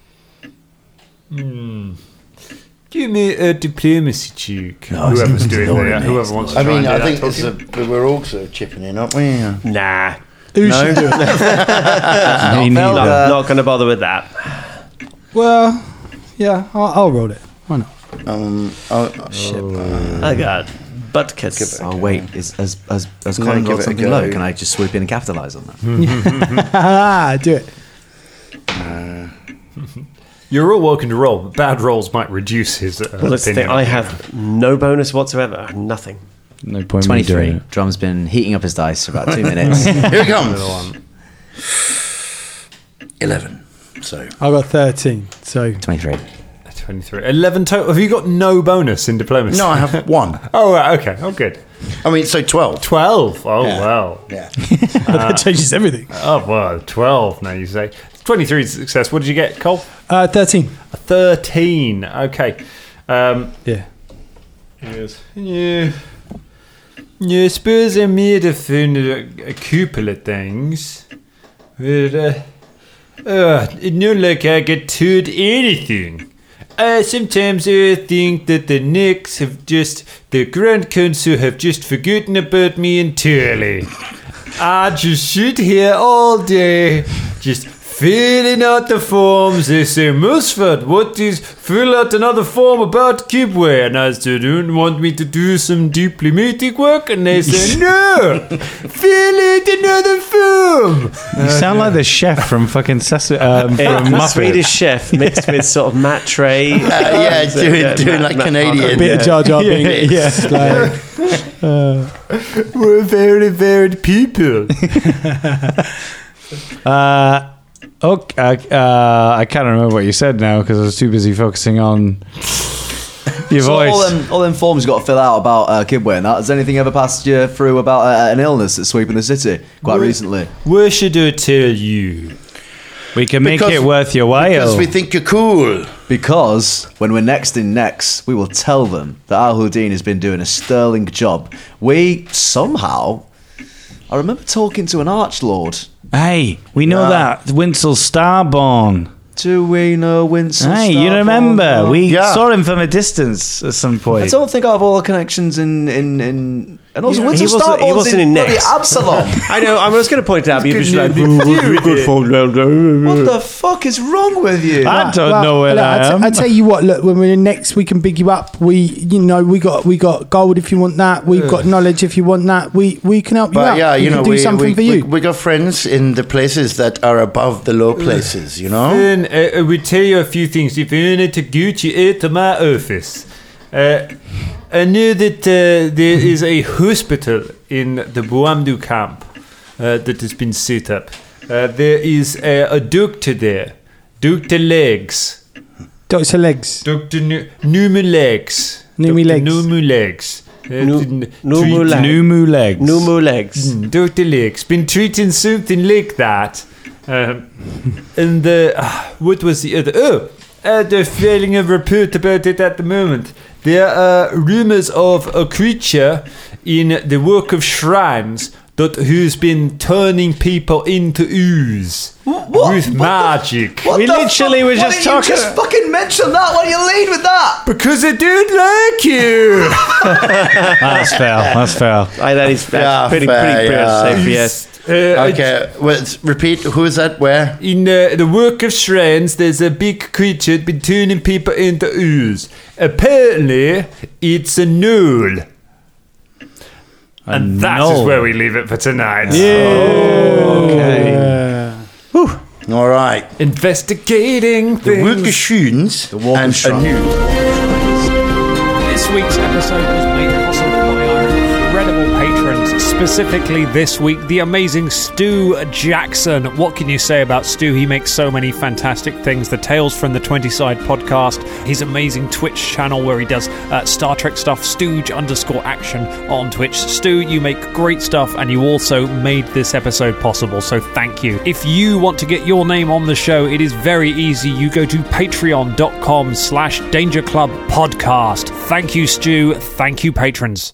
Speaker 5: Give me a diplomacy check.
Speaker 9: No, it's-
Speaker 5: whoever's doing
Speaker 9: it's not
Speaker 5: that,
Speaker 9: an
Speaker 5: whoever wants to
Speaker 4: I
Speaker 5: try
Speaker 4: mean,
Speaker 5: and do
Speaker 4: I
Speaker 5: that,
Speaker 4: think
Speaker 5: talk
Speaker 4: it's
Speaker 5: to
Speaker 4: a, we're all sort of chipping in, aren't we?
Speaker 10: Nah.
Speaker 6: Who should do it?
Speaker 11: Me
Speaker 10: Not,
Speaker 11: neither.
Speaker 10: not going to bother with that.
Speaker 6: Well, yeah, I'll, I'll roll it. Why not?
Speaker 4: Um, oh, shit.
Speaker 10: I got butt kiss.
Speaker 9: Oh wait, is, has has has
Speaker 4: No,
Speaker 9: Colin
Speaker 4: give
Speaker 9: got
Speaker 4: it a
Speaker 9: something
Speaker 4: go.
Speaker 9: low? Can I just swoop in and capitalize on that?
Speaker 6: Ah, do it.
Speaker 5: You're all welcome to roll, but bad rolls might reduce his uh,
Speaker 10: Well, that's the
Speaker 5: opinion.
Speaker 10: thing. I have no bonus whatsoever. Nothing.
Speaker 11: No point in me doing
Speaker 9: Twenty-three.
Speaker 11: it.
Speaker 9: Drum's been heating up his dice for about two minutes.
Speaker 5: Oh,
Speaker 4: Here it comes. Eleven. So
Speaker 6: I got 13. So
Speaker 9: Twenty-three.
Speaker 5: Uh, 23. 11 total. Have you got no bonus in diplomacy?
Speaker 4: no, I have one.
Speaker 5: Oh, right, okay. Oh, good.
Speaker 4: I mean, so twelve.
Speaker 5: 12. Oh,
Speaker 4: Yeah.
Speaker 5: wow.
Speaker 4: Yeah.
Speaker 6: that changes everything.
Speaker 4: Uh.
Speaker 5: Oh, wow. 12 now you say. 23 is a success. What did you get, Cole?
Speaker 6: Uh, 13.
Speaker 5: 13. Okay. Um,
Speaker 6: Yeah.
Speaker 5: yes. Yeah. Yeah, I suppose I made a, thing, a, a couple of things. But, uh, uh, it's not like I get told anything. I sometimes uh, think that the Knicks have just, the Grand Council have just forgotten about me entirely. I just sit here all day, just filling out the forms. They say, Musford, what is fill out another form about Kibwe? And I said, don't want me to do some diplomatic work? And they say, no, fill out another form.
Speaker 11: You sound like the chef from fucking Sesame um, from
Speaker 10: a
Speaker 11: Muppet.
Speaker 10: Swedish chef mixed with sort of matre.
Speaker 4: Uh, yeah, doing- doing like Canadian.
Speaker 6: Bit of Jar Jar
Speaker 10: Yeah,
Speaker 6: Binks.
Speaker 10: yeah.
Speaker 6: Like,
Speaker 5: We're very varied people.
Speaker 11: Uh, okay, uh, I can't remember what you said now because I was too busy focusing on your
Speaker 9: So
Speaker 11: voice.
Speaker 9: all them, all them forms you got to fill out about uh, Kidway and that. Has anything ever passed you through about uh, an illness that's sweeping the city quite recently?
Speaker 5: Where should I tell you?
Speaker 11: we can make
Speaker 4: Because-
Speaker 11: it worth your
Speaker 4: Because
Speaker 11: while.
Speaker 4: we think you're cool.
Speaker 9: Because when we're next in next, we will tell them that Al Houdin has been doing a sterling job. We somehow. I remember talking to an archlord.
Speaker 11: hey, we know that Winsel Starborn.
Speaker 9: Do we know Winston?
Speaker 11: hey, you
Speaker 9: Starborn?
Speaker 11: remember?
Speaker 9: No.
Speaker 11: We
Speaker 4: Yeah.
Speaker 11: saw him from a distance at some
Speaker 9: I
Speaker 11: point.
Speaker 9: don't think I have all the connections in. in, in and also,
Speaker 10: Yeah.
Speaker 9: Winston
Speaker 10: He wasn't- he
Speaker 9: Starborn's
Speaker 10: wasn't
Speaker 9: in,
Speaker 10: in
Speaker 9: bloody
Speaker 10: Next.
Speaker 9: Absalom.
Speaker 10: I know. I was going to point it out, but you're just like,
Speaker 9: what the fuck is wrong with you?
Speaker 11: I don't
Speaker 6: well,
Speaker 11: know where
Speaker 6: look,
Speaker 11: I
Speaker 6: t-
Speaker 11: am.
Speaker 6: I tell you what. Look, when we're in next, we can big you up. We, you know, we got we got gold if you want that. We've got knowledge if you want that. We we can help you out.
Speaker 4: But yeah,
Speaker 6: we
Speaker 4: you
Speaker 6: can
Speaker 4: know,
Speaker 6: do
Speaker 4: we,
Speaker 6: something
Speaker 4: we,
Speaker 6: for
Speaker 4: we,
Speaker 6: you. Mm.
Speaker 4: we got friends in the places that are above the low places, you know?
Speaker 5: Then uh, I will tell you a few things. If you need to go to it to my office, uh, I knew that uh, there is a hospital in the Buamdu camp uh, that has been set up. Uh, there is a, a doctor there, Doctor Legs.
Speaker 6: Doctor Legs.
Speaker 5: Doctor Nu- Numu Legs.
Speaker 6: Numu
Speaker 5: Legs. Numu Legs. Uh, n-
Speaker 14: Numu
Speaker 5: treat-
Speaker 14: Legs. Numu Legs. Numu
Speaker 15: Legs.
Speaker 5: Mm, Doctor Legs. Been treating something like that. Um, and the ah, what was the other? Oh, uh, they're failing a report about it at the moment. There are rumors of a creature in the work of shrines that who's been turning people into ooze with magic.
Speaker 10: What the fuck? Why didn't you just fucking mention that. Why do you lead with that?
Speaker 5: Because a dude like you.
Speaker 14: That's fair. That's fair.
Speaker 15: that is
Speaker 4: Yeah, fair, yeah.
Speaker 5: Uh,
Speaker 4: okay, well, it's- repeat. Who is that? Where?
Speaker 5: In uh, the work of shrines, there's a big creature that's been turning people into ooze. Apparently, it's a gnoll. And that is
Speaker 4: gnoll.
Speaker 5: where we leave it for tonight.
Speaker 4: All right.
Speaker 5: Investigating
Speaker 4: the work of shrines and
Speaker 11: This week's episode was made possible by our incredible patrons, specifically this week, the amazing Stu Jackson. What can you say about Stu? He makes so many fantastic things. The Tales from the 20 Side podcast, his amazing Twitch channel where he does uh, Star Trek stuff, Stooge underscore action on Twitch. Stu, you make great stuff and you also made this episode possible, so thank you. If you want to get your name on the show, it is very easy. You go to patreon.com slash danger club podcast. Thank you, Stu. Thank you, patrons.